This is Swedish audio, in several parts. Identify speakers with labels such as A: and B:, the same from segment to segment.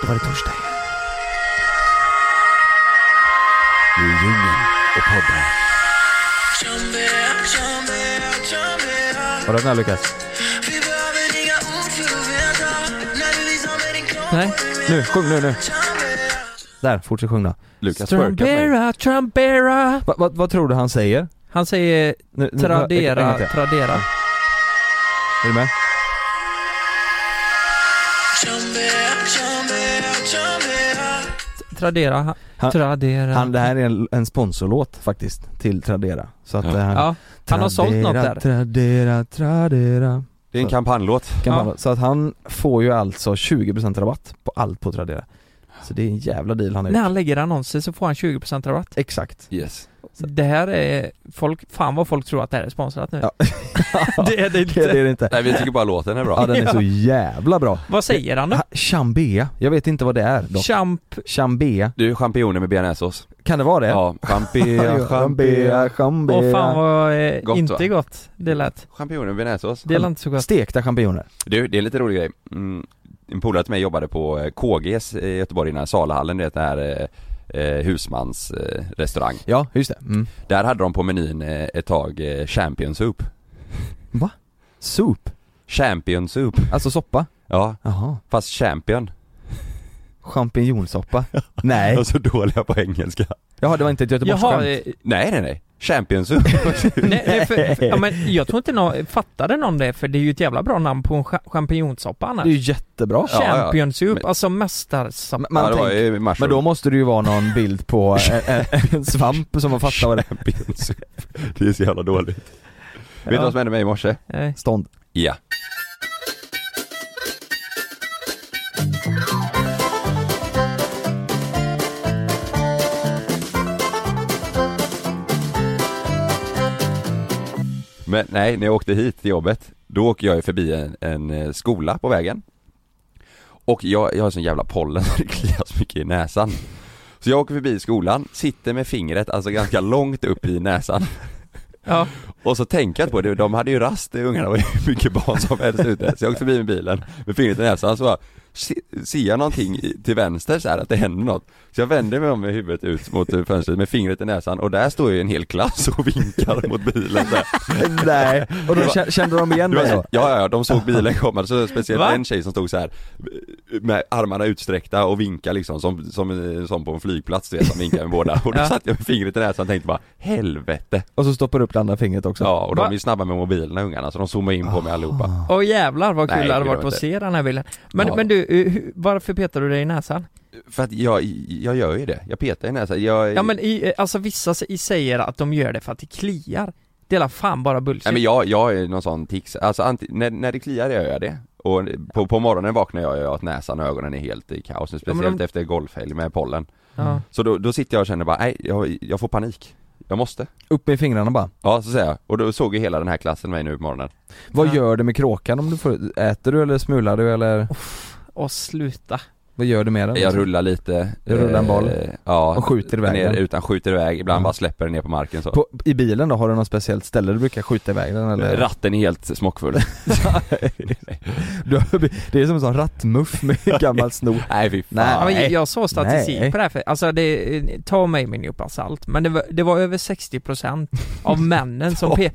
A: Då var det torsdag igen.
B: Nu är djungeln och poddar.
A: Har du den här Lukas? Nej. Nu, sjung nu, nu. Där, fortsätt sjunga.
B: Lukas Burka.
A: Trumbera, trumbera. Va, va, vad tror du han säger?
C: Han säger
A: Nu, nu- en gång
C: tradera,
A: till.
C: tradera.
A: Är du med?
C: Tradera, ha-
A: Han-
C: tradera.
A: Han, det här är en, en sponsorlåt faktiskt, till Tradera. Så att
B: Ja.
A: eh, han,
C: ja, han har sålt något där.
A: Tradera, Tradera.
B: Det är en kampanjlåt.
A: Kan
C: Ja.
A: man, så att han får ju alltså 20% rabatt på allt på Tradera. Så det är en jävla deal han har
C: När
A: gjort.
C: han lägger annonser så får han 20% rabatt.
A: Exakt.
B: Yes.
A: Så-
C: Det här är folk, fan vad folk tror att det här är sponsrat nu.
A: Ja.
C: Det är det inte.
A: det är det inte.
B: Nej vi tycker bara låten är
A: Ja
B: bra.
A: den är så jävla bra.
C: Vad säger han då?
A: Ha- Chambea, jag vet inte vad det är dock.
C: Champ,
A: Chambea,
B: Du, champinjoner med bearnaisesås.
A: kan det vara det?
B: Ja, champinjoner, champinjoner.
A: chambea.
C: åh fan vad eh,
B: Gott,
C: inte
B: va?
C: gott det lät.
B: Champinjoner med bearnaisesås.
C: Det lät inte så gott.
A: Stekta champinjoner.
B: Du, det är en lite rolig grej. Mm, en polare till mig jobbade på eh, KGs i Göteborg innan Salahallen, det är ett här eh, eh, husmans eh, restaurang.
A: Ja, just det. Mm.
B: Där hade de på menyn eh, ett tag eh, champion soup.
A: Soup,
B: Champion soup.
A: alltså soppa.
B: Ja,
A: Jaha.
B: fast champion.
A: Champinjonsoppa. Nej.
B: Jag är så dåliga på engelska.
A: Jaha, det var inte ett
C: Jaha,
A: göteborgsskämt.
C: eh,
B: Nej nej nej, champion soup.
C: nej, nej, för, för, ja, men jag tror inte någon, fattade någon det för det är ju ett jävla bra namn på en cha- champinjonsoppa
A: Det är
C: annars.
A: ju jättebra.
B: Ja, ja.
C: Champions Soup,
B: Men-
C: alltså mästarsoppa.
A: Men- Man
B: ja, det var
A: tänker-
B: ju
A: Men då måste det ju vara någon bild på en, en, en svamp som man fattar vad det är.
B: champion soup. Det är så jävla dåligt. Vet du vad som hände mig i morse?
C: Nej.
A: Stånd.
B: Ja. Men nej, när jag åkte hit till jobbet, då åker jag ju förbi en, en eh, skola på vägen. Och jag, jag har sån jävla pollen så det kliar så mycket i näsan. Så jag åker förbi skolan, sitter med fingret alltså ganska långt upp i näsan.
C: Ja.
B: Och så tänker jag på det, de hade ju rast, eh, ungarna var ju mycket barn som helst ute. Så jag åkte förbi med bilen, med fingret i näsan, så bara, se- ser jag någonting i- till vänster så här att det händer något. Så jag vänder mig om med huvudet ut mot eh, fönstret med fingret i näsan och där står ju en hel klass och vinkar mot bilen så här.
A: Nej. Och då kä- kände de igen
B: Du vet,
A: mig då?
B: ja, ja, ja, de såg bilen komma, så speciellt
C: Va?
B: en tjej som stod så här eh, med armarna utsträckta och vinkade liksom som, som, som på en flygplats du vet, som vinkar med båda. Och då
C: Ja.
B: satt jag med fingret i näsan och tänkte bara, helvete.
A: Och så stoppar upp det andra fingret också.
B: Ja, och de
C: Va? Ah.
B: är ju snabba med mobilerna ungarna så de zoomar in på mig allihopa.
C: Åh jävlar vad kul
B: Nej,
C: det hade
B: det
C: varit
B: var
C: att
B: inte.
C: se den här bilden. Men,
B: Ja.
C: men du, eh, hur- varför petar du dig i näsan?
B: För att jag, jag gör ju det, jag petar i näsan, jag...
C: Ja men i, eh, alltså vissa s- i säger att de gör det för att det kliar. Det är la fan bara bullshit.
B: Nej men jag, jag är någon sån tics, alltså anti, när, när det kliar gör jag det. Och på, på morgonen vaknar jag och att näsan och ögonen är helt i kaos nu,
C: men
B: speciellt
C: de-
B: efter golfhelg med pollen.
C: ja.
B: Så då, då sitter jag och känner bara, nej jag, jag får panik. Jag måste.
A: Upp med fingrarna bara.
B: Ja, så säger jag. Och då såg ju hela den här klassen mig nu på morgonen.
A: Vad
C: Ja.
A: gör du med kråkan om du får, äter du eller smular du eller
C: Och sluta.
A: vad gör du med den?
B: Jag rullar lite.
A: Du rullar en boll.
B: eh, Ja.
A: Och skjuter iväg
B: ner,
A: den.
B: Utan skjuter iväg, ibland
A: Ja.
B: bara släpper den ner på marken så.
A: På, I bilen då, har du något speciellt ställe du brukar skjuta iväg den eller?
B: Ratten är helt smockfull.
A: Du har, det är som en sån rattmuff med gammal snor.
B: nej fy fan.
A: Nej.
C: Ja, men jag såg statistik
A: Nej.
C: på det här, för, alltså det, eh, ta mig med en nypa salt, men det var, det var över 60% av männen som, pe,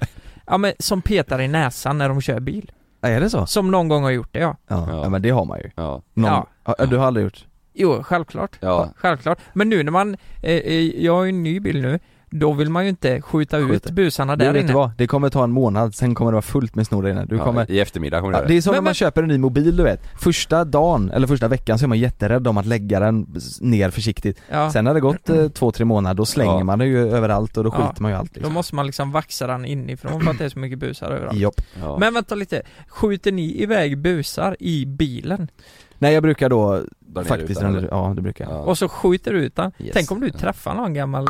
C: ja, men, som petar i näsan när de kör bil.
A: Är det så?
C: Som någon gång har gjort det ja.
A: Ja,
B: Ja.
A: ja. men det har man ju.
B: Ja.
A: Någon,
C: Ja.
A: ja. Du har aldrig gjort?
C: Jo, självklart.
B: Ja.
C: Självklart. Men nu när man, eh, eh, jag har ju en ny bil nu, då vill man ju inte skjuta
A: Skjuta.
C: ut busarna
A: Du
C: där
A: vet du
C: inne.
A: vad? Det kommer ta en månad, sen kommer det vara fullt med snor där inne. Du kommer...
B: Ja, I eftermiddag kommer
A: Ja,
B: jag
A: det
B: göra
A: är som
C: Men-
A: när man
C: men-
A: köper en ny mobil du vet. Första dagen, eller första veckan så är man jätterädd om att lägga den s- ner försiktigt.
C: Ja.
A: Sen när det gått eh, två, tre månader då slänger
B: Ja.
A: man det ju överallt och då
C: Ja.
A: skiter man ju i allt
C: Då
A: liksom.
C: måste man liksom vaxa den inifrån för att det är så mycket busar överallt.
A: Jopp.
B: Ja.
C: Men vänta lite, skjuter ni iväg busar i bilen?
A: Nej jag brukar då
B: Dra ner
A: faktiskt,
B: rutan, eller?
A: ja det brukar jag.
B: Ja.
C: Och så skjuter du ut den?
B: Yes.
C: Tänk om du träffar någon gammal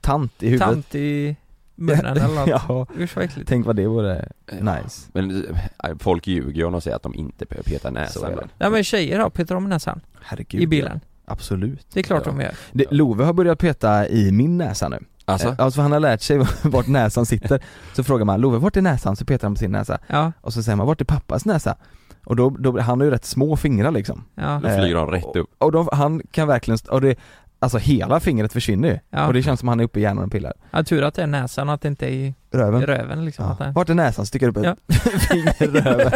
A: Tant i huvudet.
C: tant i munnen eller något?
A: ja,
C: Usch vad äckligt.
A: tänk vad det vore nice.
B: Men eh, folk ljuger ju om de säger att de inte behöver peta
A: Så är det.
B: näsan.
C: Ja men tjejer då, petar de i näsan?
A: Herregud.
C: I bilen?
A: Absolut.
C: Det är klart
B: Ja.
C: de gör.
A: Det, Love har börjat peta i min näsa nu.
B: Alltså?
A: Eh, Alltså för han har lärt sig vart näsan sitter. Så frågar man Love, vart är näsan? Så petar han på sin näsa.
C: Ja.
A: Och så säger man, vart är pappas näsa? Och då, då, han har ju rätt små fingrar liksom.
C: Ja,
B: Då flyger de rätt upp.
A: Och de, han kan verkligen, st- och det, alltså hela fingret försvinner ju.
C: Ja.
A: Och det känns som han är uppe i hjärnan och pillar.
C: ja tur att det är näsan, att det inte är i
A: Röven.
C: i röven liksom. Att det...
A: Vart är näsan sticker upp ett
C: Ja.
A: finger i röven?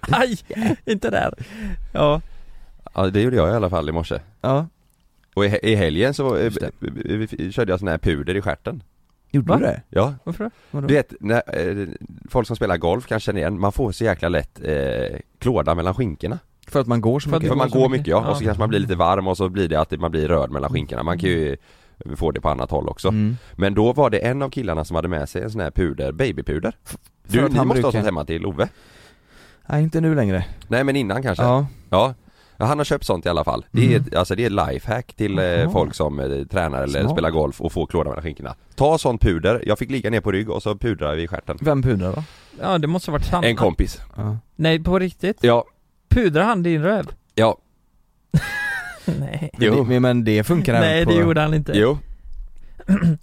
C: Aj! Inte där. Ja.
B: Ja, det gjorde jag i alla fall i morse.
A: Ja.
B: Och i, he- i helgen så var,
A: Just det.
B: vi- vi- körde jag sån här puder i stjärten.
A: Gjorde
C: Va?
A: du det?
B: Ja,
C: Varför då?
A: Vadå?
B: du vet, när, eh, folk som spelar golf kan känna igen, man får så jäkla lätt eh, klåda mellan skinkorna.
A: För att man går så
C: För att
A: mycket?
B: För man
C: så
B: går
C: mycket.
B: mycket ja, och så
C: Ja.
B: kanske man blir lite varm och så blir det att man blir röd mellan skinkorna. Man kan ju få det på annat håll också.
A: Mm.
B: Men då var det en av killarna som hade med sig en sån här puder, babypuder.
A: för
B: Du,
A: att
B: ni
A: han
B: måste ha
A: brukar-
B: sånt hemma till Ove?
A: Nej inte nu längre.
B: Nej men innan kanske?
A: Ja.
B: Ja Ja, han har köpt sånt i alla fall. Det är,
A: Mm.
B: ett- alltså det är lifehack till eh,
A: Jaha.
B: folk som eh, tränar eller
A: Smart.
B: spelar golf och får klåda mellan skinkorna. Ta sån puder, jag fick ligga ner på rygg och så pudrade vi stjärten.
A: Vem pudrar då?
C: Ja, det måste ha varit sant.
B: En kompis.
A: Ja.
C: Nej, på riktigt?
B: Ja,
C: Pudrar han din röv?
B: ja,
C: Nej.
A: Men
B: Jo.
A: det- Men det funkar även
C: Nej,
A: på...
C: det gjorde han inte.
B: jo.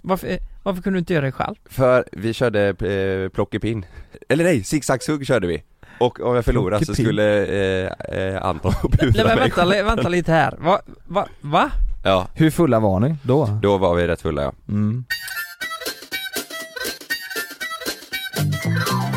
C: Varför, eh, varför kunde du inte göra det själv?
B: För vi körde eh, plockepinn. Eller nej, zigzagshugg körde vi. Och om jag förlorade så
A: Plockepinn.
B: skulle eh, eh, Anton pudra
C: Nej men
B: mig.
C: vänta, li- vänta lite här. Va? Va? va?
B: Ja,
A: Hur fulla var ni då?
B: då var vi rätt fulla ja.
A: Mm.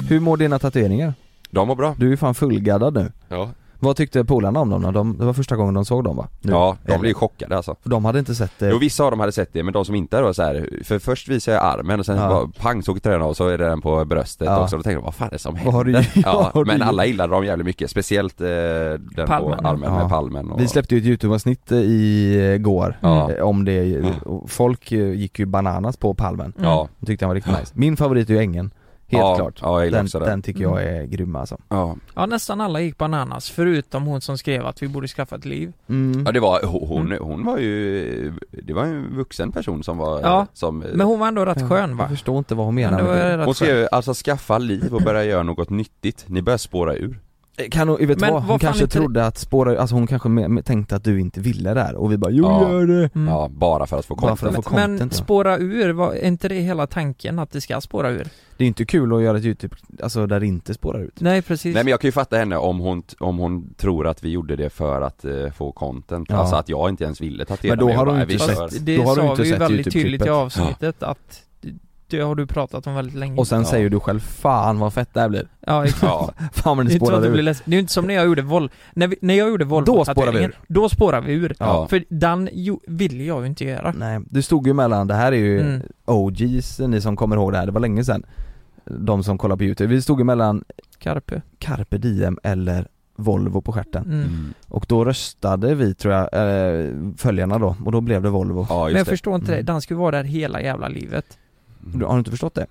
A: Hur mår dina tatueringar?
B: De var bra.
A: Du är ju fan fullgaddad nu.
B: Ja,
A: Vad tyckte polarna om dem då? De, det var första gången de såg dem va? Nu.
B: ja de
A: Eller-
B: blev ju chockade alltså.
A: De hade inte sett eh, det.
B: Jo vissa av dem hade sett det men de som inte hade var så här, för först visade jag armen och sen
A: Ja.
B: bara pang såg tröjan av och så är det den på bröstet
A: Ja.
B: också, då tänkte jag vad fan är det som
A: Vad har du
B: händer? Ja,
A: vad har du
B: men
A: gjort?
B: alla gillade dem jävligt mycket, speciellt eh, den
C: Palmen.
B: på armen
A: Ja.
B: med palmen och...
A: Vi släppte ju ett YouTube-avsnitt eh, igår
B: Ja.
A: eh, om det.
B: Ja.
A: och Folk eh, gick ju bananas på palmen.
C: Mm.
B: Ja,
A: De tyckte han var riktigt nice. Min favorit är ju ängen. Helt
B: ja,
A: klart.
B: Ja, jag gillar
A: Den,
B: också Mm. den.
A: den tycker jag är grym alltså.
B: Ja.
C: Ja nästan alla gick bananas, förutom hon som skrev att vi borde skaffa ett liv.
A: Mm.
B: ja, det var, hon, hon var ju, det var ju en vuxen person som var,
C: Ja,
B: som
C: Men hon var ändå rätt skön
A: Jag
C: va?
A: förstår inte vad hon
C: Men
A: menar
C: det var
A: med
C: rätt
B: Hon
C: skön.
B: skrev alltså skaffa liv och börja göra något nyttigt, ni börjar spåra ur
A: det. Eh, Kan hon, vet
C: Men
A: men vad, hon
C: vad fan
A: kanske
C: inte-
A: trodde att spåra, alltså hon kanske me- me- tänkte att du inte ville det här och vi bara jo
B: Ja.
A: gör det.
C: Mm.
B: Ja, bara för att få
A: Bara för
B: content
A: att få
C: Men
A: content ja.
C: spåra ur, var, är inte det hela tanken att det ska spåra ur?
A: Det är ju inte kul att göra ett YouTube, alltså där det inte spårar ut.
C: Nej precis.
B: Nej men jag kan ju fatta henne om hon, om hon tror att vi gjorde det för att eh, få content,
A: Ja.
B: alltså att jag inte ens ville tatuera
A: Men då
B: mig, jag
A: har hon
B: bara,
A: inte
B: vi
A: sett-
B: kör.
C: Fast det
A: Då har du
C: sa
A: inte
C: vi ju
A: sett
C: väldigt tydligt i
A: YouTube-klippet.
C: avsnittet att det har du pratat om väldigt länge.
A: Och sen
B: Ja.
A: säger du själv 'Fan vad fett det här blir'
C: ja, exakt.
B: Ja,
A: Fan vad
C: Det
A: ni
C: är, inte så att
A: spårar
C: det, blir
A: ur.
C: ledsen. det är ju inte som när jag gjorde våld, när, vi, när jag gjorde våld
A: Då spårar vi ur.
C: Då spårar vi ur.
B: Ja.
C: För den jo, ville jag ju inte göra.
A: Nej, du stod ju mellan, det här är ju
C: Mm.
A: OGs, ni som kommer ihåg det här, det var länge sedan De som kollar på youtube, vi stod ju mellan Mm.
C: Carpe.
A: Carpe Diem eller Volvo på stjärten
C: Mm.
B: Mm.
A: Och då röstade vi tror jag, eh, följarna då, och då blev det Volvo
B: ja
C: Men jag
B: just det
C: förstår inte
A: Mm.
C: det, den skulle vara där hela jävla livet.
A: Du- Har du inte förstått det?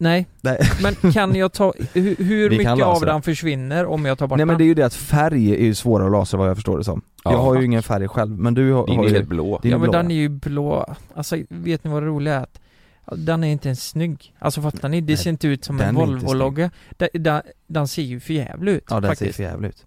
C: Nej.
A: Nej.
C: Men kan jag ta, hur, hur
A: Vi kan
C: mycket
A: lösa
C: av
A: det.
C: den försvinner om jag tar bort
A: Nej men det är
C: den?
A: ju det att färg är ju svårare att lasra vad jag förstår det som
B: Ja.
A: Jag har ju ingen färg själv, men du har,
B: Din
A: har
B: är
A: ju
B: helt blå
A: din
C: ja
A: är
C: men
A: blå,
C: den är ju blå. Alltså vet ni vad det roliga är? Att den är inte ens snygg. Alltså fattar ni? Det
A: Nej,
C: ser inte ut som en
A: den är inte
C: Volvo-logga. Den, den, den ser ju för jävlig ut
A: Ja den
C: faktiskt.
A: ser jävligt ut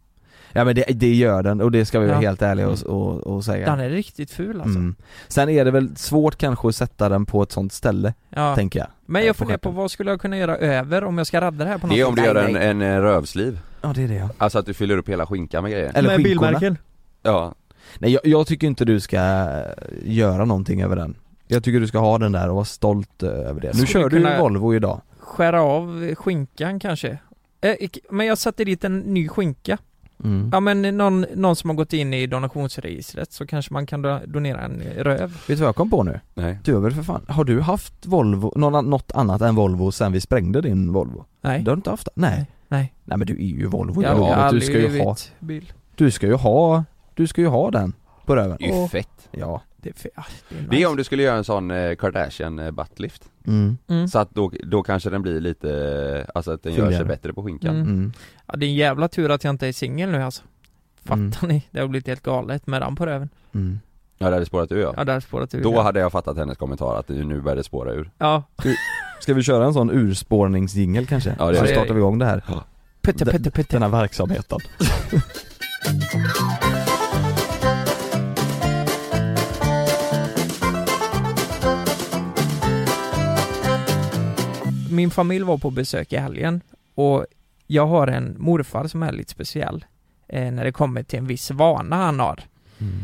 A: Ja men det, det gör den, och det ska vi vara
C: Ja.
A: helt ärliga och, och, och säga
C: Den är riktigt ful alltså.
A: Mm. Sen är det väl svårt kanske att sätta den på ett sånt ställe,
C: Ja.
A: tänker jag
C: Men
A: Eh,
C: jag
A: på
C: funderar på
A: stjärten.
C: vad skulle jag kunna göra över om jag ska rädda det här på något
B: Det är om du gör
C: sätt? Nej,
B: en,
C: nej.
B: en eh, rövsliv,
A: Ja det är det ja
B: alltså att du fyller upp hela skinkan med grejer
A: Eller
C: Med
A: skinkorna.
C: bilmärken?
B: Ja,
A: Nej jag, jag tycker inte du ska eh, göra någonting över den Jag tycker du ska ha den där och vara stolt eh, över det. Nu
C: Skulle
A: kör du
C: kunna-
A: ju Volvo idag
C: Skära av skinkan kanske? Eh, ik- Men jag sätter dit en ny skinka.
A: mm.
C: Ja men någon, någon som har gått in i donationsregistret så kanske man kan do- donera en röv.
A: Vet du vad jag kom på nu?
B: nej
A: Du har väl för fan, har du haft Volvo, någon, an- något annat än Volvo sen vi sprängde din Volvo?
C: Nej.
A: Du har inte haft det? Nej
C: Nej.
A: Nej men du är ju Volvo
C: Jag
A: ja,
C: har
A: du
C: aldrig
A: ska ju
C: blivit
A: ha,
C: bil.
A: du ska ju ha, du ska ju ha den på röven
B: Det är ju
C: Åh.
B: fett
A: Ja
C: Det är, fe- ah, det är,
B: Det
C: nice.
B: är om du skulle göra en sån eh, Kardashian eh, buttlift
A: mm.
C: Mm.
B: Så att då, då kanske den blir lite, eh, alltså att den gör sig
A: Fylligare.
B: bättre på skinkan
C: Mm.
A: Mm.
C: Ja, det är en jävla tur att jag inte är singel nu alltså.
B: Mm.
C: Fattar ni? Det har blivit helt galet med den på röven.
A: Mm.
B: Ja det hade spårat ur ja.
C: Ja, där spårat ur.
B: Då
C: ja.
B: hade jag fattat hennes kommentar att nu börjar det spåra ur
C: ja.
A: Ska vi köra en sån urspårningsjingel kanske?
B: Ja, det
A: Så
B: gör vi.
A: startar vi igång det här
C: Putte,
A: Den-
C: putte, putte.
A: Den här verksamheten
C: Min familj var på besök i helgen och Jag har en morfar som är lite speciell eh, När det kommer till en viss vana han har
A: Mm.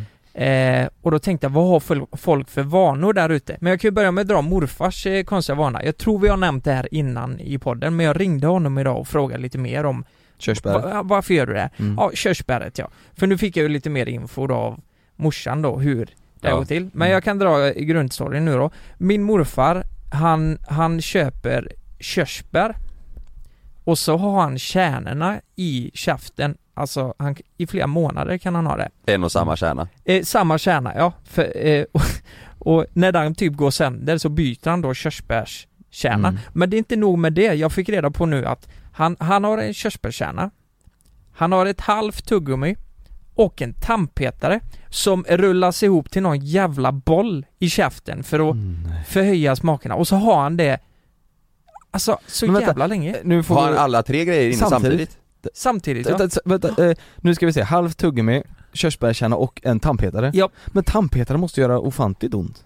C: eh, Och då tänkte jag, vad har fol- folk för vanor där ute? Men jag kan ju börja med att dra morfars eh, konstiga vana Jag tror vi har nämnt det här innan i podden Men jag ringde honom idag och frågade lite mer om
A: Körsbär
C: va- Varför gör du det?
A: mm.
C: Ja, körsbäret ja. För nu fick jag ju lite mer info då av morsan då hur det
B: Ja.
C: går till. Men
A: Mm.
C: jag kan dra grundstoryn nu då. Min morfar, han, han köper körsbär och så har han kärnorna i käften. Alltså han, i flera månader kan han ha det.
B: En och
A: Mm.
B: samma kärna.
C: Eh, samma kärna ja. För, eh, och, och när den typ går sönder så byter han då körsbärskärna.
A: Mm.
C: Men det är inte nog med det. Jag fick reda på nu att han, han har en körsbärskärna. Han har ett halvt tuggummi och en tandpetare som rullas ihop till någon jävla boll i käften för att
A: Mm.
C: förhöja smakerna. Och så har han det Alltså så
A: Men vänta.
C: jävla länge
A: Nu får
B: Har han
A: vi...
B: alla tre grejer inne
A: Samtidigt?
B: samtidigt?
C: samtidigt ja.
A: Vänta, s- vänta, eh, nu ska vi se, halvt tuggummi, körsbärskärna och en tandpetare
C: Ja.
A: Men tandpetare måste göra ofantligt ont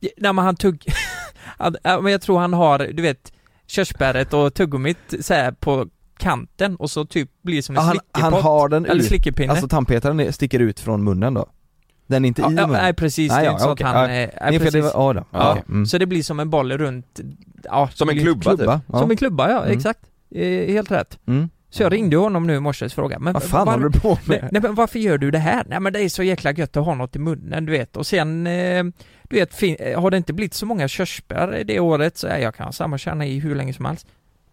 C: Ja, Nej men han tugg... han, ja, men jag tror han har, du vet, körsbäret och tuggummit så här på kanten och så typ blir det som
A: Ah,
C: en
A: han, han
C: slickepott.
A: har den
C: eller
A: ut,
C: slickepinne.
A: alltså tandpetaren är- sticker ut från munnen då? Den är inte
C: ja,
A: i
C: ja,
A: munnen?
C: nej precis,
A: Nej,
C: det är
A: ja,
C: inte så
A: okej,
C: att han... eh, nej,
A: Nej, för
C: precis.
A: det var, ja, då.
B: Ja.
A: Okej, mm.
C: Så det blir som en boll runt... Ja,
B: Som en
C: lite-
B: klubba,
A: Klubba? typ. Ja.
C: Som en klubba ja,
A: Mm.
C: exakt. Eh, helt rätt.
A: Mm.
C: Så jag ringde honom nu i morse och frågade men
A: Vad fan
C: var-
A: håller du på
C: Nej,
A: med?
C: nej men varför gör du det här? Nej men det är så jäkla gött att ha något i munnen du vet och sen eh, Du vet, fin- eh, har det inte blivit så många körsbär det året så är jag kan ha samma kärna i hur länge som helst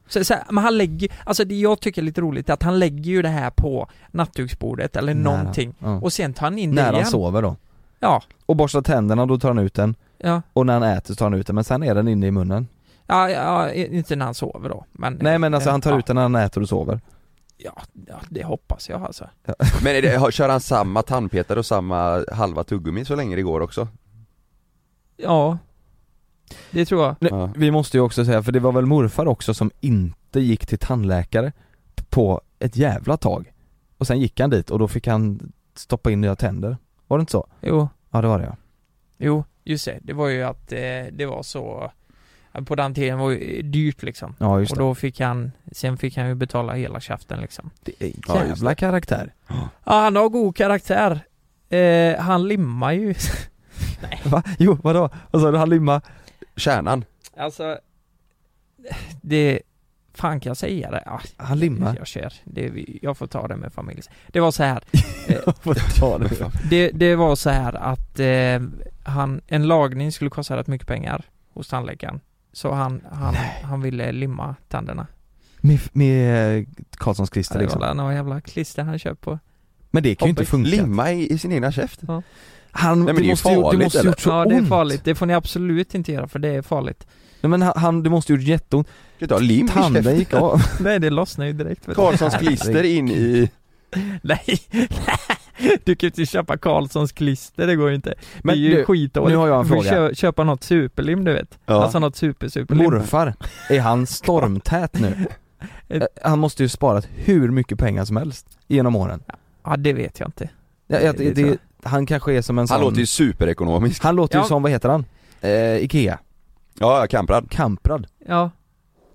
C: så, så här, men han lägger, alltså det jag tycker är lite roligt är att han lägger ju det här på nattduksbordet eller
A: Nära.
C: någonting
A: Ja.
C: och sen tar han in
A: När
C: det
A: han
C: igen.
A: sover då?
C: Ja,
A: Och borstar tänderna, då tar han ut den
C: ja,
A: Och när han äter så tar han ut den, men sen är den inne i munnen
C: ja, ja, inte när han sover då men
A: Nej men alltså han tar
C: ja,
A: ut den när han äter och sover
C: Ja, ja, det hoppas jag alltså.
B: Men är det, har- kör han samma tandpetare och samma halva tuggummi så länge det går också?
C: Ja Det tror jag.
A: Nej,
B: Ja.
A: Vi måste ju också säga, för det var väl morfar också som inte gick till tandläkare på ett jävla tag Och sen gick han dit och då fick han stoppa in nya tänder, var det inte så?
C: Jo.
A: Ja det var det ja
C: Jo, just det. Det var ju att eh, det var så att På den tiden var ju dyrt liksom
A: Ja just
C: Och då fick han Sen fick han ju betala hela käften liksom
A: det, det är
B: Ja,
A: en
B: just
A: jävla karaktär
C: Ja, han har god karaktär eh, Han limmar ju
A: Va? Jo vadå? Vad sa du? Han limma?
B: Kärnan?
C: Alltså Det Fan kan jag säga det? Ja,
A: Han limmar?
C: jag kör det, vi- Jag får ta det med familjen Det var så här
B: Eh,
A: Får ta det.
C: Det, det var så här att eh, han, En lagning skulle kosta rätt mycket pengar Hos tandläkaren Så han, han, han ville limma tänderna
A: Med, med eh, Karlssons klister
C: Ja, det var
A: liksom
C: liksom. några jävla klister han köpt på
A: Men det kan ju inte
C: Hoppas.
A: funka
B: Limma i, i sin egna käft?
A: Han,
B: men
A: det,
B: det är ju
A: måste ju, det
B: farligt,
A: måste ju
B: eller?
A: gjort så
C: Ja
A: ont
C: det är farligt, det får ni absolut inte göra för det är farligt
A: Nej men han- han, det måste ju gjort jätteont
B: Du kan inte ha lim i
A: Tanden
B: käften.
A: gick av
C: Nej det lossnar ju direkt vet du.
B: Karlssons klister in i...
C: Nej, du kan ju inte köpa Karlssons klister, det går ju inte
A: Men
C: Det är ju
A: du,
C: skitdåligt
A: nu har jag en
C: Du får
A: fråga.
C: kö- köpa något superlim du vet,
B: Ja.
C: alltså något super superlim
A: Morfar, är han stormtät nu? Eh, Han måste ju sparat hur mycket pengar som helst genom åren
C: Ja det vet jag inte
A: Ja, jag,
C: Det
A: det,
C: tror jag.
A: Han kanske är som en
B: Han
A: sån
B: låter ju superekonomisk.
A: Han låter ju
C: Ja.
A: som, vad heter han? Eh, Ikea,
B: Ja, ja, kamprad.
A: Kamprad
C: Ja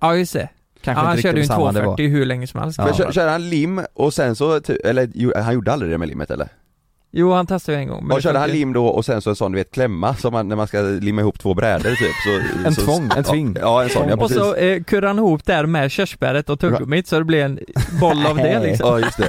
C: Ja just det, ja,
A: Kanske
C: han
A: inte
C: körde ju
A: riktigt
C: en
A: samma det var
C: 240 hur länge som helst
A: Ja.
B: Men kör,
C: Karlsson.
B: körde han lim och sen så, ty- eller jo, han gjorde aldrig det med limmet eller?
C: Jo han testade ju en gång men
B: Ja,
C: det
B: körde han
C: funkar ju.
B: lim då och sen så en sån du vet klämma som man, när man ska limma ihop två brädor typ så,
A: En
B: så,
A: tvång, en tving
B: Ja, ja en sån ja
C: Och
B: precis
C: så eh, kurrade han ihop det här med körsbäret och tuggummit så det blev en boll av det liksom
B: Ja just det,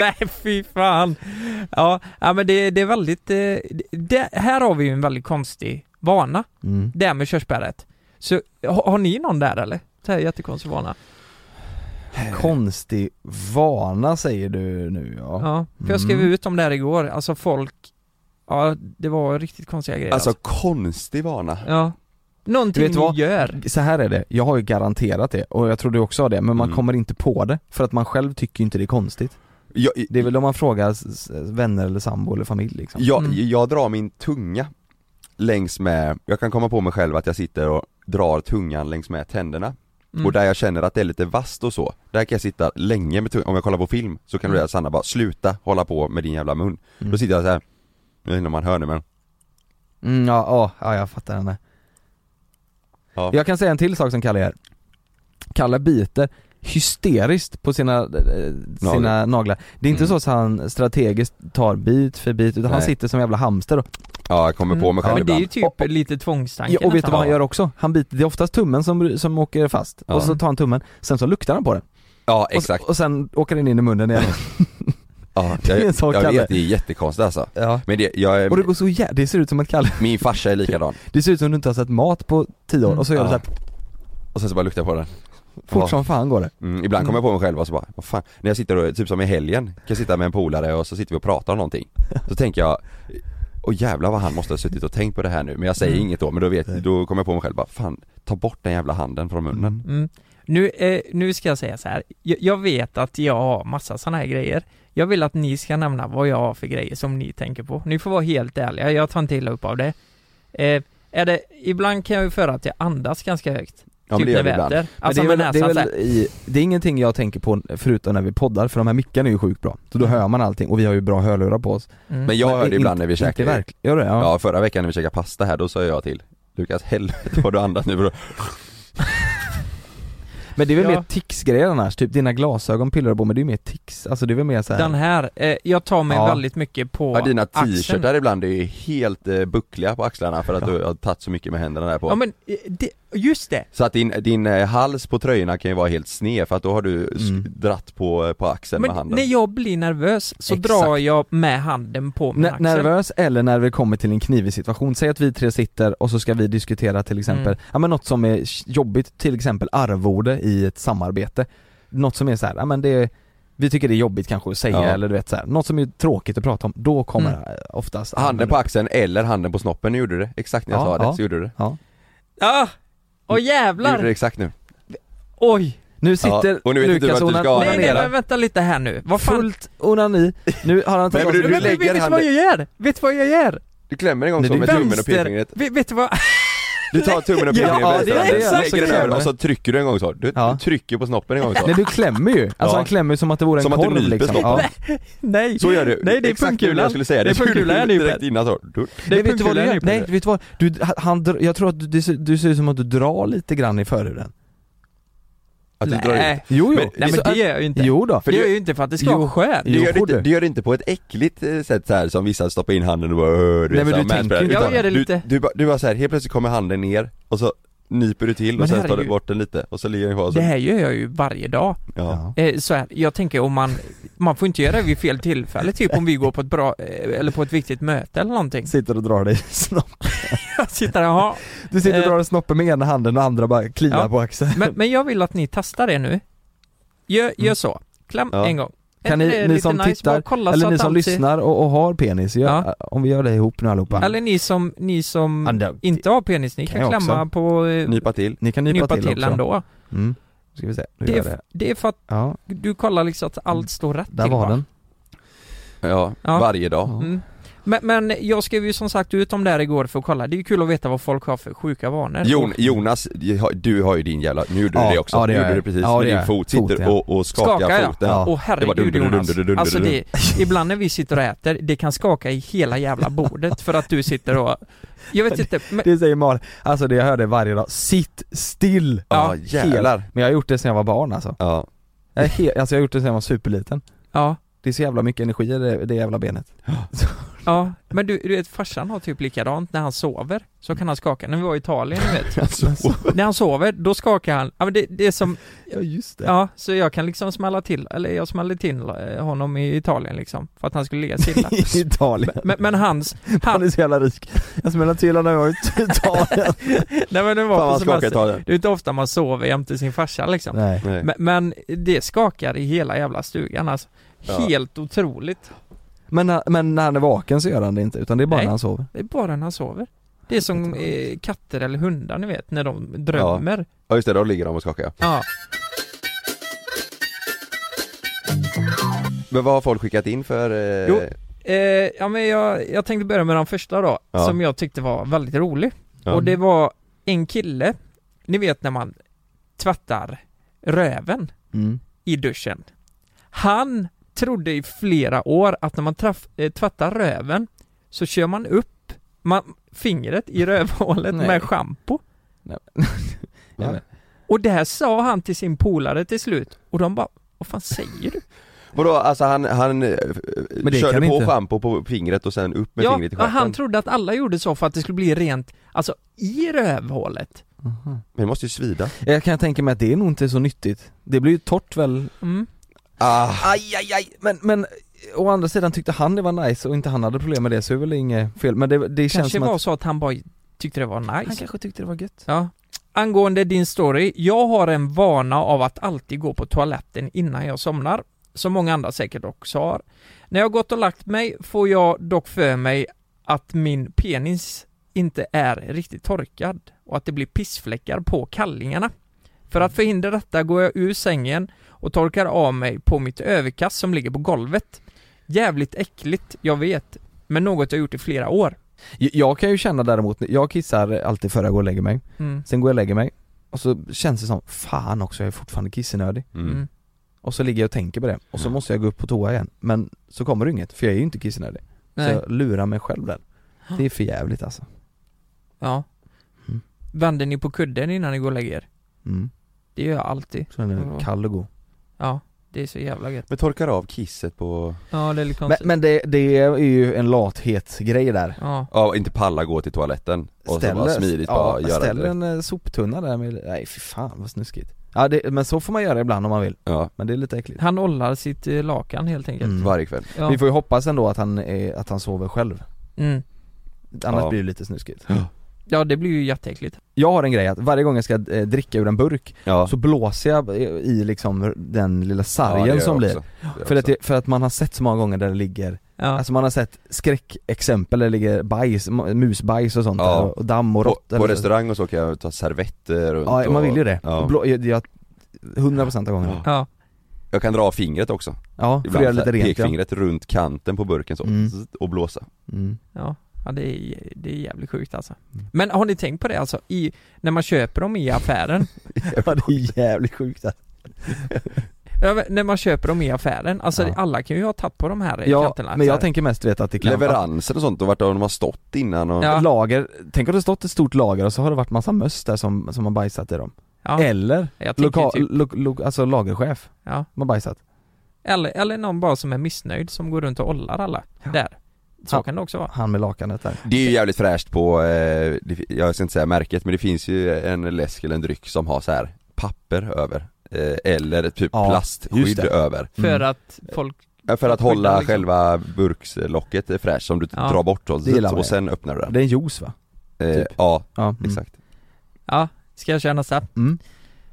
C: Nej fy fan! Ja, ja men det, det är väldigt, eh, det- det, här har vi ju en väldigt konstig vana,
A: mm.
C: det här med körsbäret. Så har, har ni någon där eller? Det här är jättekonstig vana.
A: Konstig vana säger du nu ja,
C: Ja, för jag skrev
A: Mm.
C: ut om det här igår, alltså folk, ja det var riktigt konstiga grejer.
B: alltså konstig vana
C: Ja, Någonting
A: Vet du vad?
C: ni gör.
A: Så här är det, jag har ju garanterat det och jag tror du också har det men man
B: Mm.
A: kommer inte på det för att man själv tycker ju inte det är konstigt
B: Jag,
A: Det är väl om man frågar s- s- vänner eller sambo eller familj liksom
B: jag,
C: Mm.
B: jag drar min tunga längs med, jag kan komma på mig själv att jag sitter och drar tungan längs med tänderna
C: Mm.
B: Och där jag känner att det är lite vasst och så, där kan jag sitta länge med tungan, om jag kollar på film så kan det bli att Sanna bara 'sluta hålla på med din jävla mun'
A: Mm.
B: Då sitter jag så här. jag vet inte om man hör nu men
A: Mm, ja, ja, ja, jag fattar henne.
B: Ja.
A: Jag kan säga en till sak som Kalle gör. Kalle biter hysteriskt på sina, eh, sina
B: Naglar.
A: naglar. Det är inte
B: Mm.
A: så att han strategiskt tar bit för bit utan han
B: Nej.
A: sitter som en jävla hamster och,
B: Ja jag kommer på mig själv
C: Men det är ju
B: ibland
C: typ lite tvångstanken
A: ja, och vet du
C: nästan.
A: vad han gör också? Han biter, det är oftast tummen som, som åker fast
B: Ja.
A: och så tar han tummen, sen så luktar han på den
B: Ja
A: och,
B: exakt,
A: och sen åker den in i munnen igen.
B: ja,
A: det är en
B: jag,
A: sak,
B: jag
A: Kalle.
B: vet det är jättekonstigt alltså
A: ja.
B: Men det, jag,
A: Och det går så jä... det ser ut som att Kalle,
B: min farsa är likadan
A: det ser ut som att du inte har sett mat på tio år
C: Mm.
A: och så gör du
B: Ja.
A: så här,
B: Och sen så bara luktar jag på den
A: fort
B: Ja.
A: som fan går det.
B: Mm, ibland kommer jag på mig själv och så bara, vad fan, när jag sitter och, typ som i helgen, kan jag sitta med en polare och så sitter vi och pratar om någonting Så tänker jag, åh jävlar vad han måste ha suttit och tänkt på det här nu, men jag säger
C: Mm.
B: inget då, men då vet, då kommer jag på mig själv bara, fan, ta bort den jävla handen från munnen
C: Mm. Nu, eh, nu ska jag säga så här. Jag, jag vet att jag har massa sådana här grejer. Jag vill att ni ska nämna vad jag har för grejer som ni tänker på. Ni får vara helt ärliga, jag tar inte illa upp av det. Eh, är det, ibland kan jag ju föra att jag andas ganska högt.
B: Ja
C: typ
B: men det gör
C: när
B: vi
C: vi
B: ibland
C: äter. Alltså
A: men
C: med
A: det, är väl, det, är
C: näsan
A: väl
C: såhär.
A: i, det är ingenting jag tänker på förutom när vi poddar för de här mickarna är ju sjukt bra. Så då hör man allting och vi har ju bra hörlurar på oss.
C: Mm.
B: Men jag
A: Men
B: hör det
A: inte-
B: ibland när vi
A: Inte
B: käkar ju.
A: verkl- Gör Mm. det? Ja.
B: Ja förra veckan när vi käkade pasta här, då sa jag till Lukas helvete vad du andas nu bro.
A: Men det är väl
C: Ja.
A: mer tics-grejer annars, typ dina glasögon pillar du på men det är ju mer tics, alltså det är väl mer såhär
C: Den här, eh, jag tar mig
A: Ja.
C: väldigt mycket på
B: Ja, dina
C: axeln.
B: t-shirtar ibland är ju helt eh, buckliga på axlarna för att du har tagit så mycket med händerna där på
C: Ja men, eh, det, just det!
B: Så att din, din eh, hals på tröjorna kan ju vara helt sned för att då har du mm.
A: Mm.
B: dratt på, eh, på axeln med
C: Men
B: handen
C: när jag blir nervös så
A: Exakt.
C: drar jag med handen på min
A: N-
C: axel.
A: Nervös eller när vi kommer till en knivig situation, säg att vi tre sitter och så ska vi diskutera till exempel,
C: Mm.
A: ja men något som är sh- jobbigt, till exempel arvode i ett samarbete Något som är såhär, ja men det, vi tycker det är jobbigt kanske att säga
B: Ja.
A: eller du vet såhär, något som är tråkigt att prata om, då kommer
C: Mm.
A: eh, oftast
B: Handen på axeln eller handen på snoppen, nu gjorde du det exakt när jag
A: Ja,
B: sa det,
A: ja.
B: så gjorde du det
A: Ja.
C: Ah! Åh
B: Du gjorde det
C: jävlar!
B: exakt nu
C: Oj!
A: Nu sitter
B: Ja, och nu vet inte du
A: Lukas
B: vart du
A: onan-
B: ska.
C: Nej,
A: onanerar,
C: nej
B: nere.
C: men vänta lite här nu, vad fan
A: fullt onani, nu har han tagit
B: Nej, men
A: av
B: du-
A: sig
B: du
C: Men
A: brillorna.
B: lägger
C: vet du
B: handen-
C: vad jag gör? Vet du vad jag gör?
B: Du klämmer en gång
A: Nej,
B: så
A: det
B: med
A: är
B: tummen och
A: vänster.
B: pekfingret
C: Vet, vet du vad?
B: Du tar tummen och pekfingret
A: Ja,
B: med vänster
A: det är
B: handen,
A: exakt
B: lägger den
A: så.
B: över och så trycker du en gång så, du
A: Ja.
B: trycker på snoppen en gång så
A: Nej du klämmer ju, alltså
B: Ja.
A: han klämmer ju som att det vore en
B: Som att du
A: korv
B: nyper
A: liksom
B: snoppen.
A: Ja.
C: Nej!
B: Så gör du,
C: Nej det är
B: exakt nu när
C: pungkulan.
B: jag skulle säga det,
C: Det är pungkulan jag
B: du
C: nyper.
B: direkt innan så, du,
A: Nej, vet du vad du
C: pungkulan
A: gör?
C: jag
A: Nej
C: nyper.
A: vet du vad? Du, han, dr- jag tror att du, det ser- du ser ut som att du drar lite grann i förhuden
B: att du drar ut
C: Nej.
A: Jo jo,
B: Men-
C: Nej men
A: Så
C: det
A: att-
C: gör jag ju inte.
A: jo då
C: För det gör jag ju inte för att det ska
A: Jo.
C: vara skönt.
B: Du
A: Jo,
B: gör, det inte,
A: du.
B: du gör det inte på ett äckligt eh, sätt så här som vissa stoppar in handen och bara "Åh", du
A: Nej, men
B: så här,
A: du tänker
B: manspreadar,
A: inte.
B: utan
C: Jag gör det
B: du,
C: lite.
B: Du, bara- du bara såhär, helt plötsligt kommer handen ner och så nyper du till och
C: Men
B: sen tar du
C: herregud.
B: bort den lite och så ligger den kvar och så,
C: Det här gör jag ju varje dag.
B: ja.
A: Ja.
C: Eh, så här, jag tänker om man, man får inte göra det vid fel tillfälle, typ om vi går på ett bra, eh, eller på ett viktigt möte eller någonting.
A: Sitter och drar dig i snopp.
C: Jag sitter där, jaha.
A: Du sitter och
C: Eh.
A: drar dig i snoppen med ena handen och andra bara kliar
C: Ja.
A: på axeln
C: Men, men jag vill att ni testar det nu. Gör, gör
A: Mm.
C: så. Kläm
B: Ja.
C: en gång.
A: Kan
C: Är
A: ni,
C: inte det
A: ni
C: lite
A: som
C: nice? Bara
A: tittar,
C: kolla så
A: eller
C: att
A: ni som
C: allt ser-
A: lyssnar och, och har penis, gör, eh,
C: Ja.
A: om vi gör det ihop nu allihopa
C: Eller ni som, ni som
A: Andra-
C: inte har penis, ni
A: Kan
C: kan,
A: jag också.
C: klämma på, eh,
B: Nypa till.
A: Ni kan nypa,
C: nypa
A: till,
C: till,
A: också.
C: ändå.
A: Mm. Ska vi se, nu
C: Det
A: gör
C: är,
A: jag det
C: f- det är för att
A: Ja,
C: du kollar liksom att allt står rätt
A: där
C: till
A: var
C: va?
A: den
B: Ja,
C: Ja.
B: varje dag.
A: Ja.
C: Mm. Men, men jag skrev ju som sagt ut om det här igår för att kolla, det är ju kul att veta vad folk har för sjuka vanor.
B: Jon, Jonas, du har ju din jävla, nu gjorde du
A: Ja,
B: det också,
A: ja, det
B: nu
A: gör
B: gjorde du
A: jag.
B: precis
A: Ja, det
B: med
A: gör
B: din
A: jag.
B: fot,
A: Fot,
B: sitter
A: ja.
B: och, och skakar
C: Skakar jag?
B: foten.
A: Ja.
C: Åh
B: Det var dum,
C: herregud
B: dum,
C: Jonas.
B: dum, dum, dum,
C: Alltså
B: dum.
C: det, ibland när vi sitter och äter, det kan skaka i hela jävla bordet för att du sitter och... Jag vet inte, men...
A: Det säger Malin, alltså det jag hör det varje dag, sitt still!
B: Ja,
A: Helt.
B: jävlar.
A: Men jag har gjort det sedan jag var barn alltså
B: Ja.
A: jag är he- Alltså jag har gjort det sedan jag var superliten
C: Ja,
A: Det är så jävla mycket energi i det, det jävla benet
C: ja. Men du, du vet farsan har typ likadant när han sover, så kan han skaka. När vi var i Italien, du vet.
B: Så.
C: När han sover, då skakar han. Ja men det, det är som,
A: Alltså, Ja just det
C: ja, så jag kan liksom smälla till, eller jag smällde till eh, honom i Italien liksom, för att han skulle ligga stilla.
A: I Italien,
C: Men, men hans,
A: han
C: han,
A: är så jävla rik Alltså, Jag smällde till honom när jag var i Italien
C: nej men det
B: Fan
C: var på
B: vad skakar
C: semester.
B: Italien.
C: Det är inte ofta man sover jämte sin farsa liksom.
A: Nej
B: Nej.
C: Men, men det skakar i hela jävla stugan alltså.
B: Ja.
C: Helt otroligt.
A: eh, Men, när- men när han är vaken så gör han det inte, utan det är bara
C: Nej.
A: när han sover.
C: Det är bara när han sover. Det är som eh, katter eller hundar ni vet, när de drömmer.
B: Ja just det, då ligger de och skakar
C: Ja.
B: Men vad har folk skickat in för... Eh...
C: Jo. Eh, ja men jag, jag tänkte börja med den första då,
B: Ja.
C: som jag tyckte var väldigt rolig.
B: Ja.
C: Och det var en kille, ni vet när man tvättar röven
A: Mm.
C: i duschen. Han trodde i flera år att när man traff, eh, tvättar röven så kör man upp man, fingret i rövhålet
A: Nej.
C: med schampo.
A: Nej.
B: Ja.
A: men-
C: Och det här sa han till sin polare till slut och de bara vad fan säger du?
B: Vadå, alltså han, han eh,
A: det
B: körde
A: kan
B: på
A: inte.
B: schampo på fingret och sen upp med
C: ja,
B: fingret i
C: och han
B: stjärten?
C: trodde att alla gjorde så för att det skulle bli rent, alltså i rövhålet.
B: Men det måste ju svida
A: Jag kan tänka mig att det är nog inte så nyttigt. Det blir ju torrt väl?
C: Mm.
B: ah.
A: Aj, aj, aj. Men, men å andra sidan tyckte han det var nice och inte han hade problem med det så är väl inget fel. Men det, det känns
C: Kanske
A: som
C: var
A: att
C: så att han bara tyckte det var nice.
A: han kanske tyckte det var gött.
C: Ja. Angående din story, jag har en vana av att alltid gå på toaletten innan jag somnar, som många andra säkert också har. När jag gått och lagt mig får jag dock för mig att min penis inte är riktigt torkad och att det blir pissfläckar på kallingarna. För att förhindra detta går jag ur sängen och torkar av mig på mitt överkast som ligger på golvet. Jävligt äckligt, jag vet, men något jag gjort i flera år.
A: Jag- Jag kan ju känna däremot, jag kissar alltid före jag går och lägger mig.
C: Mm.
A: Sen går jag och lägger mig och så känns det som, fan också jag är fortfarande kissnödig.
C: Mm.
A: Och så ligger jag och tänker på det och så måste jag gå upp på toa igen. Men så kommer det inget för jag är ju inte kissnödig. Så
C: Nej.
A: jag lurar mig själv där. Det är för jävligt alltså.
C: Ja.
A: Mm.
C: Vänder ni på kudden innan ni går och lägger er?
A: Mm.
C: Det gör jag alltid.
A: Så den
C: Ja.
A: är kall och god.
C: Ja, det är så jävla gött.
B: Men torkar av kisset på...
C: Ja, det är liksom lite
A: Men,
C: konstigt.
A: men det, det är ju en lathetsgrej där.
C: Ja.
B: Ja, och inte palla gå till toaletten och så bara smidigt bara
A: ja,
B: göra det
A: ställ
B: direkt.
A: en eh, soptunna där med, nej fy fan vad snuskigt. Ja det, men så får man göra ibland om man vill,
B: Ja,
A: men det är lite äckligt.
C: Han ollar sitt eh, lakan helt enkelt.
A: Mm.
B: varje kväll
C: Ja.
A: Vi får ju hoppas ändå att han, är, att han sover själv,
C: Mm.
A: annars
B: Ja.
A: blir det lite snuskigt.
C: ja, det blir ju jätteäckligt.
A: Jag har en grej att varje gång jag ska eh, dricka ur en burk
B: Ja,
A: så blåser jag eh, i liksom den lilla
B: ja, det
A: sargen
B: gör jag
A: som blir.
B: också. Det gör jag
A: För att,
B: också.
A: det, för att man har sett så många gånger där det ligger,
C: Ja.
A: alltså man har sett skräckexempel där det ligger bajs, ma- musbajs och sånt
B: Ja.
A: där, och damm och råttor
B: på, på
A: eller-
B: restaurang och så kan jag ta servetter runt
A: Ja, man vill ju det.
B: Ja.
A: Blå, jag, jag, 100% av gångerna.
B: Ja.
C: ja.
B: Jag kan dra av fingret också
A: Ja, för att göra
B: Ibland, så
A: lite
B: här,
A: rent ja.
B: Pekfingret runt kanten på burken så,
A: Mm.
B: zzz, och blåsa
A: Mm.
C: Ja, ja det, är, det är jävligt sjukt alltså. Men har ni tänkt på det alltså, i, när man köper dem i affären?
A: Ja det är jävligt sjukt alltså.
C: Ja, men när man köper dem i affären, alltså
A: Ja.
C: alla kan ju ha tagit på de här
A: Ja,
C: kanterna. alltså.
A: men
C: så här.
A: jag tänker mest vet att det kan
B: Leveransen och sånt och vart de har stått innan och...
C: Ja.
A: Lager, tänk om det stått ett stort lager och så har det varit massa möss där som, som har bajsat i dem.
C: ja.
A: Eller,
C: jag tänker
A: loka,
C: typ,
A: lo, lo, alltså lagerchef,
C: ja.
A: som har bajsat.
C: eller, eller någon bara som är missnöjd som går runt och ollar alla. Där. Så
A: Ja.
C: kan det också vara.
A: Han med lakanet där.
B: Det är ju jävligt fräscht på, eh, det, jag ska inte säga märket men det finns ju en läsk eller en dryck som har så här papper över eh, eller typ
A: Ja, just
B: plastskydd
A: det.
B: över
C: För
A: Mm.
C: att folk
B: Ja, För att
C: Skydda
B: hålla
C: liksom.
B: själva burkslocket eh, fräscht som du
C: Ja.
B: drar bort så,
A: Det gillar man
B: och
A: ju.
B: sen öppnar du den
A: Det är en juice va?
B: eh,
A: typ.
B: Ja,
A: Ja, mm.
B: exakt
C: Ja, ska jag köra nästa?
A: Mm.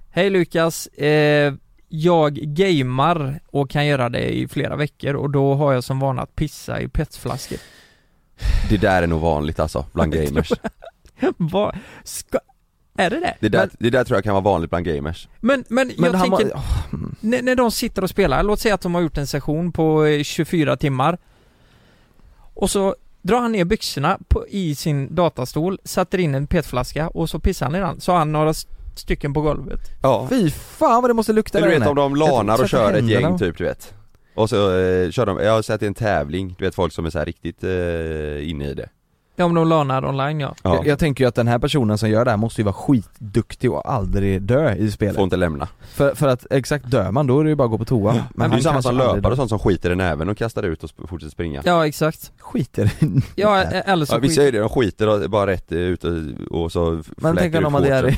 C: Hej Lukas, eh, jag gamer och kan göra det i flera veckor och då har jag som vana att pissa i petflaskor.
B: Det där är nog vanligt alltså, bland
C: Jag
B: gamers
C: Vad, ska, är det det?
B: det där, det där tror jag kan vara vanligt bland gamers
C: Men, men,
A: Men
C: jag
A: han
C: tänker,
A: var, åh, mm.
C: när, när de sitter och spelar, låt säga att de har gjort en session på eh, 24 timmar och så drar han ner byxorna på, i sin datastol, sätter in en petflaska och så pissar han i den, så har han några st- stycken på golvet.
B: Ja,
A: Fy fan vad det måste lukta
B: du
A: där
B: vet
A: inne.
B: om de
A: Jag
B: lanar
A: tror-
B: och kör ett
A: händerna-
B: gäng typ du vet Och så eh, kör de, jag har sett i en tävling, du vet folk som är så här riktigt eh, inne i det
C: Ja, om de lanar online ja.
B: Ja,
A: Jag, jag tänker ju att den här personen som gör det här måste ju vara skitduktig och aldrig dö i spelet.
B: får inte lämna
A: För, för att exakt dör man då är det ju bara att gå på toa. Men,
B: Men det är
A: han
B: ju samma
A: kanske
B: som
A: aldrig
B: löpare
A: dör.
B: och sånt som skiter i näven och kastar ut och sp- fortsätter springa
C: Ja, exakt.
A: Skiter i
C: Ja, eller så
B: Ja, vissa
C: skiter-
B: är det, de skiter och bara rätt ut och, och så f-
A: Men
B: fläker
A: tänk
B: ut
A: om man
B: shortsen.
A: diarré,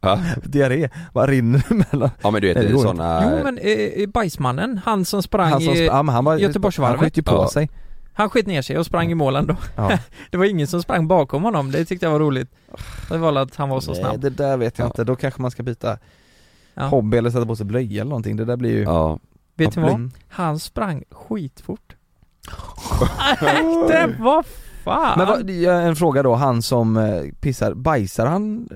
B: ja.
A: diarré, bara rinner mellan
B: ja men du vet,
A: Nej, det
B: det är
A: går
B: sådana
C: Jo men eh, eh, Bajsmannen, han som sprang
A: han som,
C: i,
A: sp- ja, men han var,
C: Göteborgsvarvet.
A: Han sköt ju på
B: Ja.
A: sig
C: han skit ner sig och sprang i målen då.
A: ja.
C: Det var ingen som sprang bakom honom, det tyckte jag var roligt. Det var att han var så
A: Nej
C: snabb.
A: det där vet jag
B: Ja.
A: inte, då kanske man ska byta
C: Ja.
A: hobby eller sätta på sig blöja eller någonting, det där blir ju
B: Ja,
C: Vet du vad?
A: Mm.
C: Han sprang skitfort. Nej, det var fan!
A: Men vad, en fråga då, han som eh, pissar, bajsar han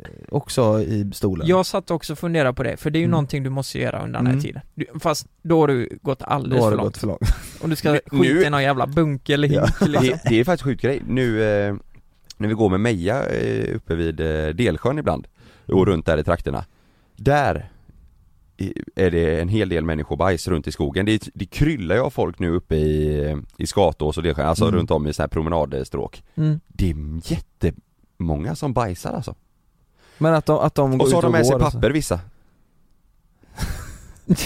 A: eh, också i stolen?
C: jag satt också och funderade på det, för det är ju
A: Mm.
C: någonting du måste göra under den här
A: Mm.
C: tiden. Du, fast då har du gått
A: Då
C: alldeles
A: har
C: för
A: det
C: långt.
A: gått för långt.
C: Om du ska
B: Nu-
C: skita
B: nu-
C: i någon jävla bunke eller hink liksom.
B: Det, det är faktiskt sjukt grej. Nu, eh, när vi går med Meja eh, uppe vid eh, Delsjön ibland och runt där i trakterna. Där i- är det en hel del människobajs runt i skogen. Det, det kryllar ju av folk nu uppe i, eh, i Skatås och Delsjön, alltså
A: Mm.
B: runt om i sådana här promenadstråk.
C: Mm.
B: Det är jättemånga som bajsar alltså.
A: Men att de, att de
B: Och så har
A: ut
B: de med sig
A: går alltså. och så.
B: papper vissa.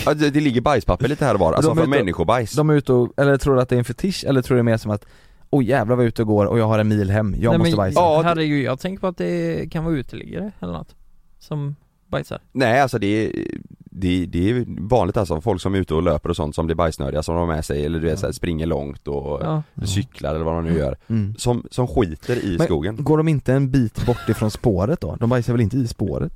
B: ja, det, det ligger bajspapper lite här och var, alltså
A: De är
B: från
A: ute-
B: människobajs.
A: De är ute och, eller tror du att det är en fetisch eller tror du det är mer som att Oj jävlar vad jag är ute och går och jag har en mil hem, jag
C: Nej,
A: måste
C: men,
A: bajsa
C: Ja,
B: Ja,
C: det...
B: det-
C: Herregud, jag tänker på att det kan vara uteliggare eller något som bajsar.
B: Nej alltså det är, det, det är vanligt alltså, folk som är ute och löper och sånt som blir bajsnödiga som de har med sig eller du vet, så här, springer långt och
C: Ja.
B: cyklar eller vad de nu gör
A: mm.
B: Som, som skiter i
A: Men-
B: skogen
A: Går de inte en bit bort ifrån spåret då? De bajsar väl inte i spåret?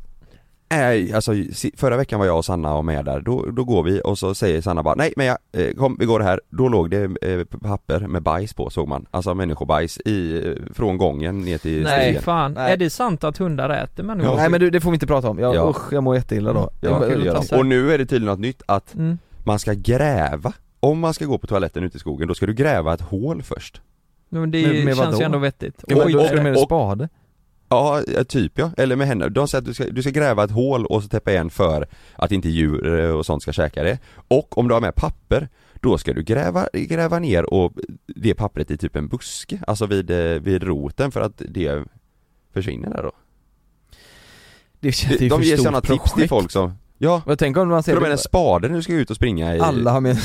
B: Nej alltså si- förra veckan var jag och Sanna och med där, då, då går vi och så säger Sanna bara Nej men jag, eh, kom vi går här, då låg det eh, papper med bajs på såg man Alltså människobajs i, eh, från gången ner till
C: Nej
B: stigen
C: fan,
A: Nej.
C: är det sant att hundar äter människor?
B: Ja.
A: Nej men du, det får vi inte prata om, jag,
B: Ja.
A: usch jag mår jätteilla då
B: Ja,
A: jag,
C: kul att
B: det gör
C: testa.
B: de. och nu är det tydligen något nytt att
C: Mm.
B: man ska gräva Om man ska gå på toaletten ute i skogen, då ska du gräva ett hål först
C: Men det
A: Men- men
C: känns
A: vadå?
C: ju ändå vettigt. Och
B: Ja, men-
A: och,
C: skit
A: då
C: i
A: är det med en
B: och-
A: spade?
B: Ja, ja, typ ja. Eller med händer. De säger att du ska, du ska gräva ett hål och så täppa igen för att inte djur eh, och sånt ska käka det. Och om du har med papper, då ska du gräva, gräva ner och det pappret i typ en buske, alltså vid, eh, vid roten för att det försvinner där då.
A: Det
B: De,
A: känns ju
B: de
A: för
B: ger
A: stort
B: sådana tips till
A: projekt.
B: folk som, ja,
A: Vad tänker om man
B: för de är en
A: ser
B: spade när du ska ut och springa i
A: alla har med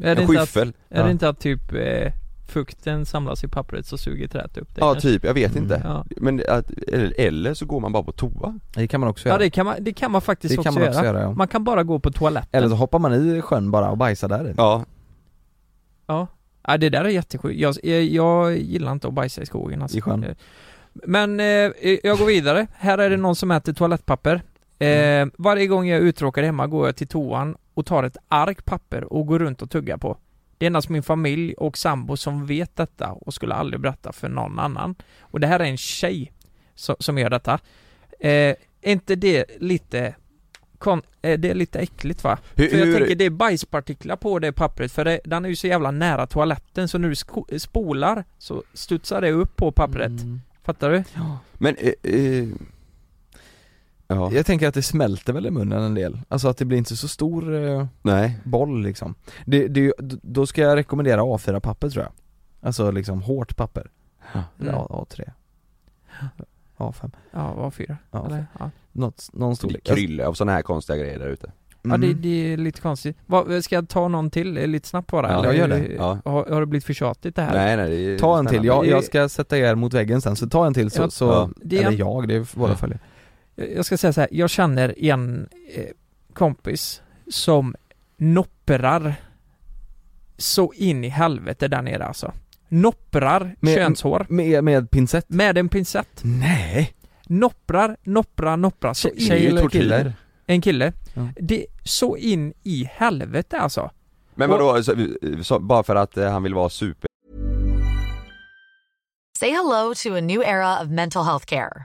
C: Är det
B: en
C: inte att,
B: skyffel.
C: är det
A: Ja.
C: inte att typ eh, fukten samlas i pappret så suger träet upp det?
B: Ja,
C: kanske?
B: typ, jag vet
A: Mm.
B: inte.
C: Ja.
B: Men att, eller, eller så går man bara på toa.
A: Det kan man också
C: ja
A: göra,
C: det, kan man, det kan man faktiskt
A: det kan
C: också,
A: man också
C: göra.
A: göra ja.
C: Man kan bara gå på toaletten.
A: Eller så hoppar man i sjön bara och bajsar där i.
B: Ja,
C: Ja. ja, det där är jättesjukt. Jag, jag, jag gillar inte att bajsa i skogen alltså.
A: I sjön.
C: Eh, Men eh, jag går vidare. Här är det någon som äter toalettpapper. Eh, Varje gång jag är uttråkad hemma går jag till toan och tar ett ark papper och går runt och tuggar på. Det är endast min familj och sambo som vet detta och skulle aldrig berätta för någon annan. Och det här är en tjej som, som gör detta. Eh, är inte det lite... Kon, eh, det är lite äckligt va?
B: hur,
C: För jag
B: hur-
C: tänker det är bajspartiklar på det pappret för det, den är ju så jävla nära toaletten så när du sko- spolar så studsar det upp på pappret.
A: Mm.
C: Fattar du?
B: men, eh, eh, ja,
A: Jag tänker att det smälter väl i munnen en del, alltså att det blir inte så stor eh,
B: nej.
A: boll liksom det, det, är ju- d- Då ska jag rekommendera A4-papper tror jag Alltså liksom hårt papper Eller
C: Mm.
A: A, A3 A5,
C: Ja, var fyra.
A: Ja,
C: Eller, ja.
A: Något, någon storlek
B: Det kryllar av sådana här konstiga grejer där ute.
C: ja det,
A: Mm.
C: det är lite konstigt. Vad- ska jag ta någon till eh, lite snabbt bara?
B: Ja,
C: eller?
A: jag gör
B: det. Ja.
C: Har, har det blivit för tjatigt det här?
B: Nej, nej, det är
A: Ta en till, jag,
B: spännande.
A: jag ska sätta er mot väggen sen, så ta en till
C: Ja.
A: så, så
B: Ja.
C: Det är-
A: eller jag, det är våra
B: Ja.
A: följare
C: Jag jag ska säga så här, jag känner en eh, kompis som nopprar så in i helvete där nere alltså. Nopprar
A: Men-
C: könshår
A: Med, med pincett?
C: med en pincett.
A: Nej!
C: Nopprar, nopprar, nopprar så
B: Det är
C: in,
B: ju
A: eller
B: tortyr.
A: kille?
C: En kille.
A: Ja.
C: Det, så in i helvete alltså.
B: Men vadå, så, så, bara för att eh, han vill vara super
D: Say hello to a new era of mental health care.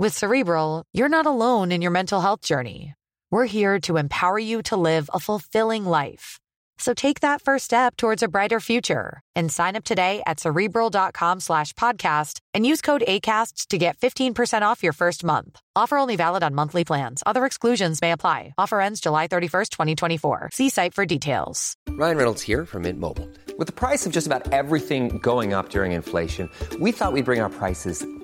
D: With Cerebral, you're not alone in your mental health journey. We're here to empower you to live a fulfilling life. So take that first step towards a brighter future and sign up today at cerebral.com slash podcast and use code ACAST to get 15% off your first month. Offer only valid on monthly plans. Other exclusions may apply. Offer ends July 31st, 2024. See site for details.
E: Ryan Reynolds here from Mint Mobile. With the price of just about everything going up during inflation, we thought we'd bring our prices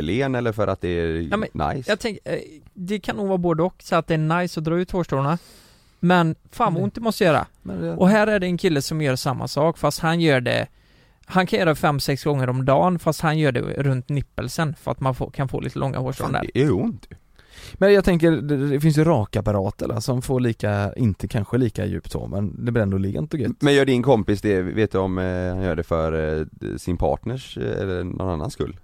B: Len eller för att det är
C: Ja, men
B: nice?
C: Jag tänker, eh, det kan nog vara både och, så att det är nice att dra ut hårstråna Men fan
B: Mm.
C: vad ont det måste göra.
A: Men det,
C: Och här är det en kille som gör samma sak fast han gör det Han kan göra 5-6 gånger om dagen fast han gör det runt nippelsen för att man får, kan få lite långa hårstrån
B: Fan,
C: där
B: det är ont ju.
A: men jag tänker, det, det finns ju rakapparater där som får lika, inte kanske lika djupt så men det blir ändå lent och gött
B: Men gör din kompis det, vet du om eh, han gör det för eh, sin partners eh, eller någon annans skull?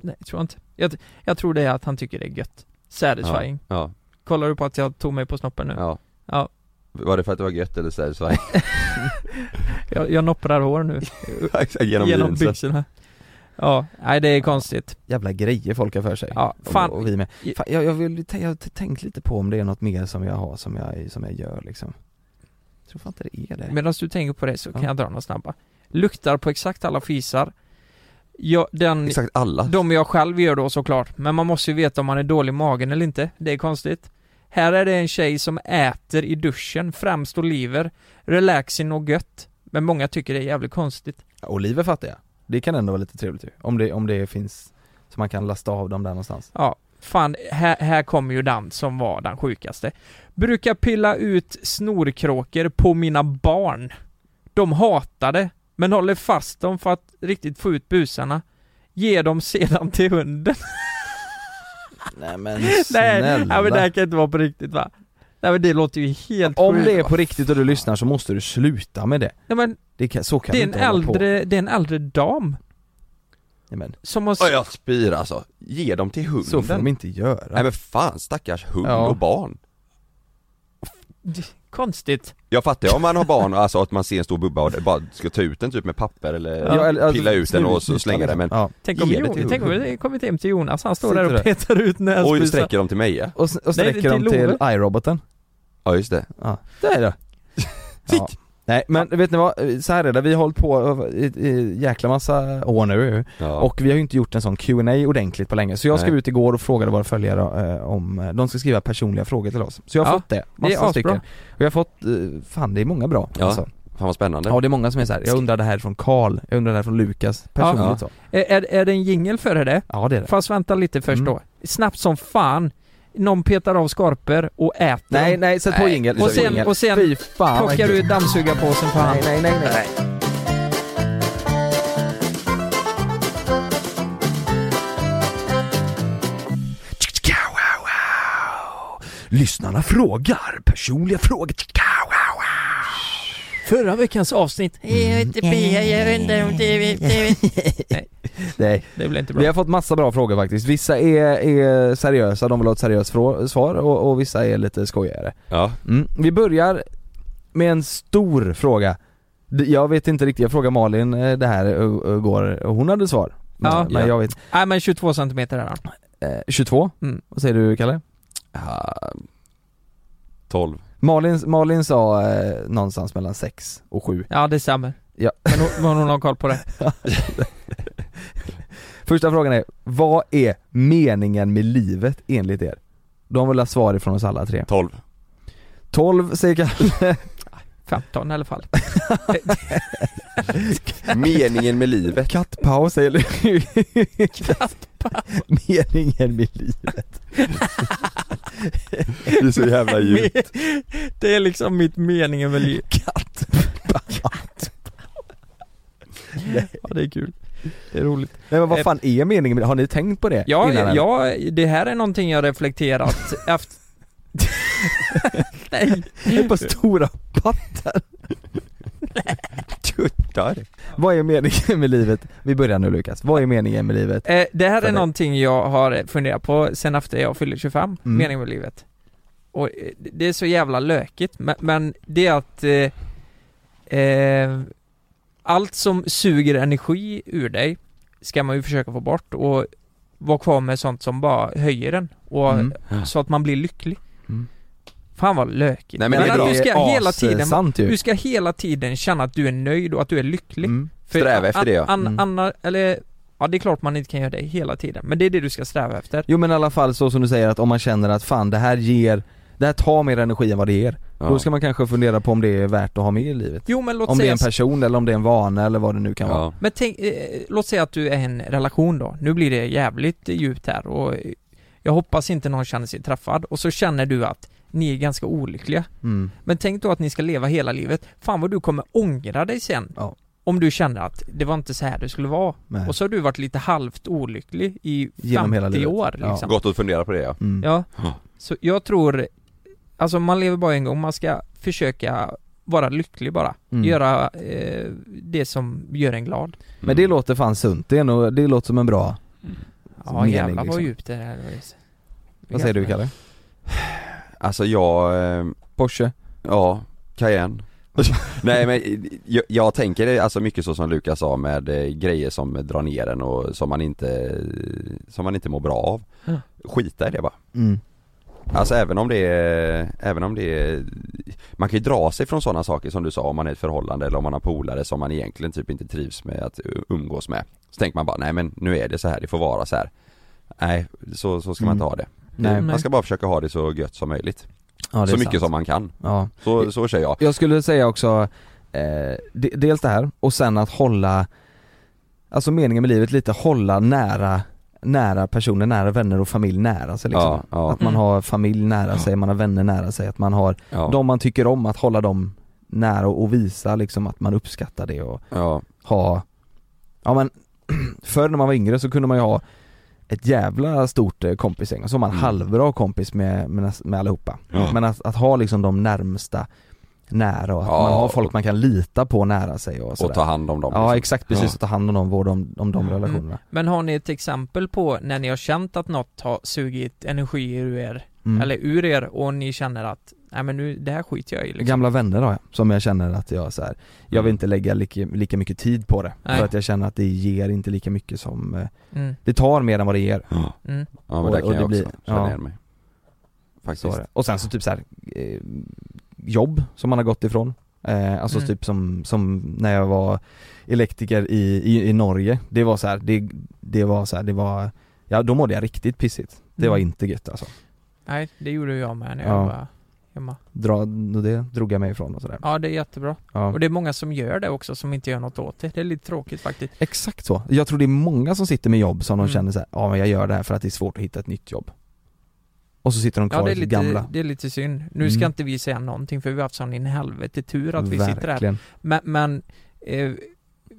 C: Nej, tror jag inte. Jag, jag tror det är att han tycker det är gött. Satisfying.
B: Ja,
C: Kollar du på att jag tog mig på snoppen nu?
B: ja,
C: Ja.
B: ja.
C: Ja.
B: Var det för att det var gött eller så här, så
C: Jag, jag nopprar hår nu.
B: här, genom,
C: genom
B: jeansen?
C: byxorna. Ja, nej det är konstigt.
A: Jävla grejer folk har för sig
C: Ja,
A: Och-
C: fan.
A: Och vi med. Fan, jag, jag, vill, jag har tänkt lite på om det är något mer som jag har som jag, som jag gör liksom Jag tror fan inte det är det
C: Medan du tänker på det så kan
A: Ja.
C: jag dra några snabba. Luktar på exakt alla fisar. Jag, den,
B: Exakt alla.
C: de jag själv gör då såklart. Men man måste ju veta om man är dålig i magen eller inte. Det är konstigt. Här är det en tjej som äter i duschen, främst oliver, relaxing och gött. Men många tycker det är jävligt konstigt.
A: Ja, Oliver fattar jag, det kan ändå vara lite trevligt ju, om det, om det finns så man kan lasta av dem där någonstans
C: Ja, fan, här, här kommer ju den som var den sjukaste. Brukar pilla ut snorkråkor på mina barn. De hatar det, men håller fast dem för att riktigt få ut busarna. Ge dem sedan till hunden.
A: Nej men
C: Nej, nej men det här kan inte vara på riktigt va? Nej men det låter ju helt
A: Om
C: sjukt.
A: det är på riktigt och du lyssnar så måste du sluta med det,
C: Nej men
A: det kan, så kan
C: det
A: du
C: är, en
A: inte hålla på
C: äldre, det är en äldre dam
A: Nej, men,
C: som har... s-
B: Oj, jag spyr alltså. Ge dem till hunden.
A: Så får
C: Mm.
A: de inte göra
B: Nej men fan stackars hund
A: Ja.
B: och barn.
C: Det- Konstigt.
B: Jag fattar ju om man har barn, alltså att man ser en stor bubba och det bara ska ta ut den typ med papper eller
A: Ja, eller, alltså,
B: pilla ut den och så
A: snurrigt,
B: slänga den men
A: ja.
C: Tänk om,
B: Ge det
C: jo,
B: till
C: tänk om
B: hunden.
C: vi kommit hem till Jonas, han står
A: Sitter
C: där och
A: där.
C: petar ut
A: alltså,
B: Oj,
C: näsbusar.
B: sträcker dem till mig ja.
A: och, s- och
C: Nej, det är
A: sträcker dem
C: till
A: till iRoboten
B: ja just det.
A: Ja, det är det. Ja. Nej men vet ni vad, så här är det, vi har hållit på i, i jäkla massa år nu
B: Ja.
A: och vi har ju inte gjort en sån Q&A ordentligt på länge så jag
B: Nej.
A: skrev ut igår och frågade våra följare eh, om, eh, de ska skriva personliga frågor till oss. Så jag har
C: Ja,
A: fått det,
C: det är
A: massa
C: asbra.
A: stycken. Och jag har fått, eh, fan det är många bra
B: Ja.
A: alltså.
B: Fan vad spännande.
A: Ja det är många som är så här. jag undrar det här från Karl, jag undrar det här från Lukas, personligt
B: Ja.
A: så.
C: Är, är, är det en jingel för det?
A: Ja det är det.
C: Fast vänta lite först
A: Mm.
C: då. Snabbt som fan. Någon petar av skorpor och äter
A: Nej
C: dem.
A: nej, sätt på
B: Nej.
A: jingel.
B: Och
A: sätt på
B: sen-
A: jingel.
C: och sen
A: Fy fan vad
C: Plockar du
A: äckligt.
C: dammsugarpåsen på hand?
A: Nej nej nej nej. Wow, wow, wow. Lyssnarna frågar, personliga frågor. Wow, wow, wow.
C: Förra veckans avsnitt.
A: Mm.
C: Jag inte be, jag undrar om det...
A: Nej,
C: Det blev inte
A: vi
C: bra.
A: har fått massa bra frågor faktiskt. Vissa är, är seriösa, de vill ha ett seriöst frå- svar och, och vissa är lite skojigare.
B: Ja.
A: Mm. Vi börjar med en stor fråga. D- Jag vet inte riktigt, jag frågade Malin eh, det här ö- ö- igår och hon hade svar. Men,
C: Ja.
A: men jag vet
C: Nej men 22 centimeter är han.
A: eh, 22?
C: Mm.
A: Vad säger du Kalle?
B: Ah, 12.
A: Malin, Malin sa eh, någonstans mellan 6 och 7.
C: Ja det stämmer.
A: Ja.
C: Men hon, men hon har koll på det.
A: Första frågan är, vad är meningen med livet enligt er? De vill ha svar ifrån oss alla tre.
B: 12.
A: 12 säger Kalle,
C: 15 i alla fall.
B: Meningen med livet.
A: kattpaus säger Lukas. Meningen med livet.
B: Det är så jävla djupt.
C: det är liksom mitt meningen med livet. Ja det är kul. Det är roligt.
A: Nej men vad fan är meningen med Har ni tänkt på det?
C: Eh. Ja,
A: innan, eller?
C: ja, det här är någonting jag reflekterat efter... Nej.
A: Ett par stora pattar.
B: Tuttar.
A: Vad är meningen med livet? Vi börjar nu Lukas, vad är meningen med livet?
C: Eh, det här
A: För dig.
C: är någonting jag har funderat på sen efter jag fyllde 25,
A: Mm.
C: meningen med livet. Och eh, det är så jävla lökigt, men, men det är att eh, eh, allt som suger energi ur dig ska man ju försöka få bort och vara kvar med sånt som bara höjer den och
A: Mm.
C: så att man blir lycklig.
A: Mm.
C: Fan vad lökigt.
B: Nej, men det är
C: att
B: bra.
C: du
A: Det
C: ska
A: är
C: hela tiden,
A: sant ju.
C: du ska hela tiden känna att du är nöjd och att du är lycklig.
A: Typ. Mm.
B: Sträva efter det, ja.
C: ja. An,
A: Mm.
C: anna- eller, ja det är klart man inte kan göra det hela tiden, men det är det du ska sträva efter.
A: Jo men i alla fall så som du säger att om man känner att fan det här ger, det här tar mer energi än vad det ger.
B: Ja.
A: Då ska man kanske fundera på om det är värt att ha med i livet.
C: Jo men låt
A: Om det är
C: säga
A: en person eller om det är en vana eller vad det nu kan vara.
B: ja.
C: Men tänk, eh, låt säga att du är i en relation då. Nu blir det jävligt djupt här och eh, jag hoppas inte någon känner sig träffad och så känner du att ni är ganska olyckliga.
A: Mm.
C: Men tänk då att ni ska leva hela livet. Fan vad du kommer ångra dig sen.
A: Ja.
C: Om du känner att det var inte så här det skulle vara.
A: Nej.
C: Och så har du varit lite halvt olycklig i 50
A: Genom hela livet.
C: år
A: Ja.
C: liksom.
B: Gott att fundera på det ja.
A: Mm.
C: Ja.
B: Ja.
C: Så jag tror, alltså man lever bara en gång, man ska försöka vara lycklig bara.
A: Mm.
C: Göra eh, det som gör en glad.
A: Men
B: Mm.
A: det låter fan sunt, det, är nog, det låter som en bra,
C: Ja
A: mening,
C: jävlar vad
A: liksom.
C: djupt det här var.
A: vad säger du Kalle?
B: Alltså jag, ehm,
A: Porsche?
B: ja, Cayenne Nej men jag, jag tänker det, alltså mycket så som Lukas sa med eh, grejer som drar ner en och som man inte, som man inte mår bra av
C: Ja.
B: Skita i det bara
A: Mm.
B: Alltså även om det är, även om det är, man kan ju dra sig från sådana saker som du sa om man är i ett förhållande eller om man har polare som man egentligen typ inte trivs med att umgås med Så tänker man bara, nej men nu är det så här, det får vara så här. Nej, så, så ska man inte
A: Mm.
B: ha det
A: Nej.
B: Man ska bara försöka ha det så gött som möjligt
A: Ja, det är
B: Så mycket
A: sant.
B: som man kan,
A: Ja.
B: så, så säger jag
A: Jag skulle säga också, eh, de- dels det här och sen att hålla, alltså meningen med livet lite hålla nära, nära personer, nära vänner och familj nära sig liksom.
B: Ja, ja.
A: Att man
C: Mm.
A: har familj nära sig, man har vänner nära sig, att man har
B: Ja,
A: de man tycker om, att hålla dem nära och visa liksom att man uppskattar det och
B: ja,
A: ha, ja men förr när man var yngre så kunde man ju ha ett jävla stort eh, kompisgäng och så var man
B: Mm.
A: halvbra kompis med, med, näs- med allihopa.
B: Ja.
A: Men att, att ha liksom de närmsta nära och att
B: Ja,
A: man har folk
B: och-
A: man kan lita på nära sig och sådär.
B: och ta hand om dem
A: Ja
B: liksom. Mm.
A: exakt, precis, att ta hand om dem, vårda om, om de relationerna.
C: Men har ni ett exempel på när ni har känt att något har sugit energi ur er,
A: Mm.
C: eller ur er och ni känner att nej men nu, det här skiter jag i liksom.
A: Gamla vänner har jag, som jag känner att jag så här, jag vill
B: Mm.
A: inte lägga lika, lika mycket tid på det.
C: Nej.
A: För att jag känner att det ger inte lika mycket som, eh,
C: Mm,
A: det tar mer än vad det ger.
B: Ja,
C: mm.
B: ja men
A: Och-
B: där kan
A: och
B: jag
A: det
B: också
A: blir-
B: känna
A: ja.
B: igen mig Faktiskt
A: Så är det. Och sen så typ så här, eh, jobb som man har gått ifrån. Eh, alltså
C: Mm.
A: typ som, som när jag var elektriker i, i, i Norge. Det var så här, det, det var så här, det var, ja då mådde jag riktigt pissigt. Det var
C: Mm.
A: inte gött alltså.
C: Nej, det gjorde jag med när jag
A: Ja.
C: var hemma.
A: Dra, det drog jag mig ifrån och sådär.
C: Ja, det är jättebra.
A: Ja.
C: Och det är många som gör det också som inte gör något åt det. Det är lite tråkigt faktiskt.
A: Exakt så. Jag tror det är många som sitter med jobb som de
C: Mm.
A: känner så här, ja men jag gör det här för att det är svårt att hitta ett nytt jobb. Och så sitter de kvar
C: Ja, det är
A: i sitt
C: lite,
A: gamla.
C: det är lite synd. Nu ska
A: Mm.
C: inte vi säga någonting för vi har haft sån in i helvete tur att vi sitter här.
A: Verkligen.
C: Men, men eh,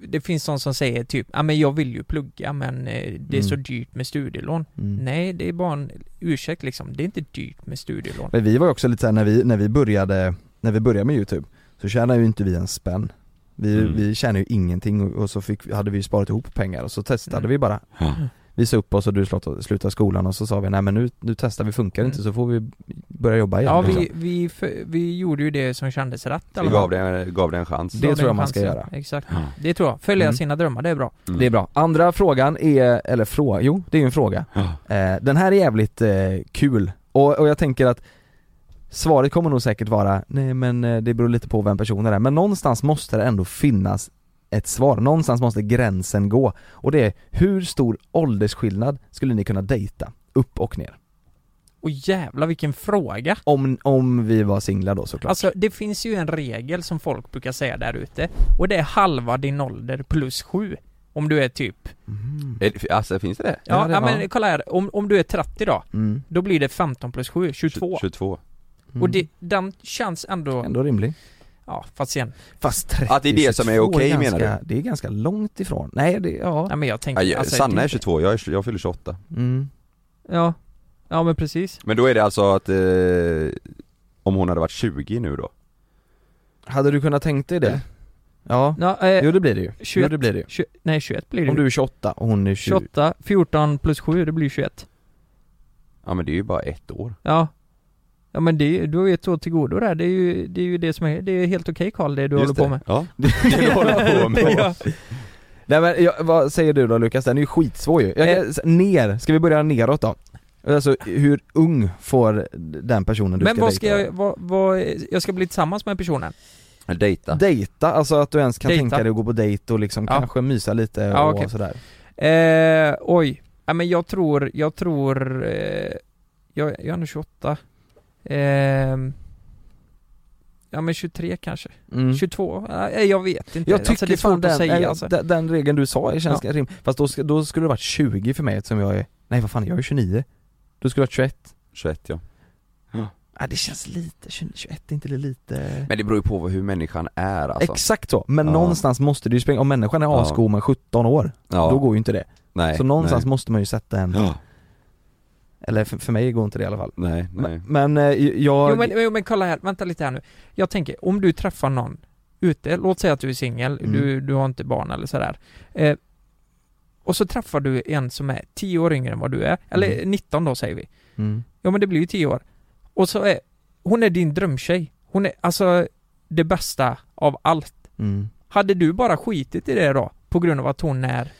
C: det finns sån som säger typ, ja men jag vill ju plugga men eh, det är så
A: Mm.
C: dyrt med studielån.
A: Mm.
C: Nej, det är bara en ursäkt liksom. Det är inte dyrt med studielån.
A: Men vi var ju också lite såhär när vi, när vi började, när vi började med youtube Så tjänade ju inte vi en spänn Vi,
B: Mm.
A: vi tjänade ju ingenting och, och så fick, hade vi ju sparat ihop pengar och så testade
C: Mm.
A: vi bara
B: Ja.
A: Vi sa upp oss och du slå- slutade skolan och så sa vi nej men nu, nu testar vi, funkar det inte så får vi börja jobba igen
C: Ja,
A: liksom.
C: vi, vi, för, vi gjorde ju det som kändes rätt i alla
B: Vi gav
C: fall.
B: det, gav det en chans
A: Det
C: Gav
A: tror jag
C: en
A: man ska
C: chans,
A: göra.
C: Ja. Exakt.
B: Ja.
C: Det tror jag. Följa
A: Mm.
C: sina drömmar, det är bra.
A: Det är bra. Andra frågan är, eller fråga, jo det är ju en fråga
B: Ja.
A: Eh, Den här är jävligt eh, kul och, och jag tänker att svaret kommer nog säkert vara nej men eh, det beror lite på vem personen är men någonstans måste det ändå finnas ett svar, någonstans måste gränsen gå och det är hur stor åldersskillnad skulle ni kunna dejta upp och ner?
C: Och jävla vilken fråga!
A: Om, om vi var singlar då såklart.
C: Alltså det finns ju en regel som folk brukar säga där ute och det är halva din ålder plus sju. Om du är typ,
A: Mm.
B: Är- Alltså finns det det?
C: ja,
A: Ja,
C: ja,
A: det- ja.
C: men kolla här, om, om du är 30 då,
A: Mm.
C: då blir det 15 plus 7, 22.
B: 22
A: Mm.
C: Och det, den känns ändå,
A: Ändå rimlig.
C: ja fast sen,
A: Fast 30,
B: Att det är det som är
A: 22
B: okej, menar
A: ganska, du? Det är ganska långt ifrån. Nej det, ja.
C: ja men jag tänker,
B: ja, jag-
C: alltså,
B: Sanna
C: det
B: är 22, jag, är, jag fyller 28
A: Mm.
C: Ja, ja men precis.
B: Men då är det alltså att eh, Om hon hade varit 20 nu då?
A: Hade du kunnat tänkt dig det? Ja.
C: Ja, eh,
A: Jo det blir det ju. Jo
C: 21.
A: det blir det ju.
C: tju- nej 21 blir det
A: Om
C: ju.
A: du är 28 och hon är 20
C: 28, 14 plus 7, det blir 21.
B: Ja men det är ju bara ett år
C: Ja. Ja men det, du har ju ett år till godo där, det är ju det, är ju det som är, det är helt okej Karl det du
B: Just
C: håller på
B: det.
C: med.
B: Ja,
A: Det håller på med.
C: Ja.
A: Nej men jag, vad säger du då Lukas? Den är ju skitsvår ju. Jag, kan- ner, ska vi börja neråt då? Alltså hur ung får den personen du
C: Men
A: ska
C: vad ska
A: dejta
C: jag, vad, vad, jag ska bli tillsammans med personen?
B: Eller dejta.
A: Dejta, alltså att du ens kan
C: Dejta.
A: tänka dig att gå på dejt och liksom
C: Ja.
A: kanske mysa lite
C: Ja,
A: och
C: okej.
A: sådär
C: Eh, oj, ja, men jag tror, jag tror, eh, jag, jag är nu 28 eh, Ja men 23 kanske,
A: mm.
C: 22, nej jag vet inte
A: Jag
C: alltså,
A: tycker
C: det är
A: fan
C: svårt
A: den,
C: att säga
A: nej,
C: alltså.
A: den, den regeln du sa känns rim. Fast då, ska- då skulle det varit 20 för mig eftersom jag är, nej vad fan jag är 29 Då skulle det varit 21
B: 21 ja.
A: ah, det känns lite, 20 21 är inte det lite
B: Men det beror ju på hur människan är alltså.
A: Exakt så, men
B: Ja.
A: någonstans måste du ju springa, om människan är
B: Ja.
A: asko med 17 år,
B: ja.
A: då går ju inte det
B: nej,
A: Så någonstans måste man ju sätta en,
B: Nej, ja.
A: eller för, för mig går inte det i alla fall
B: nej. nej.
A: Men, men eh, jag,
C: Jo men, jo men kolla här, vänta lite här nu. Jag tänker, om du träffar någon ute, låt säga att du är singel,
A: Mm.
C: du, du har inte barn eller sådär. Eh, och så träffar du en som är 10 år yngre än vad du är, eller
A: Mm.
C: 19 då säger vi.
A: mm.
C: Ja men det blir ju 10 år. Och så är, hon är din drömtjej. Hon är alltså det bästa av allt.
A: Mm.
C: Hade du bara skitit i det då? På grund av att hon är...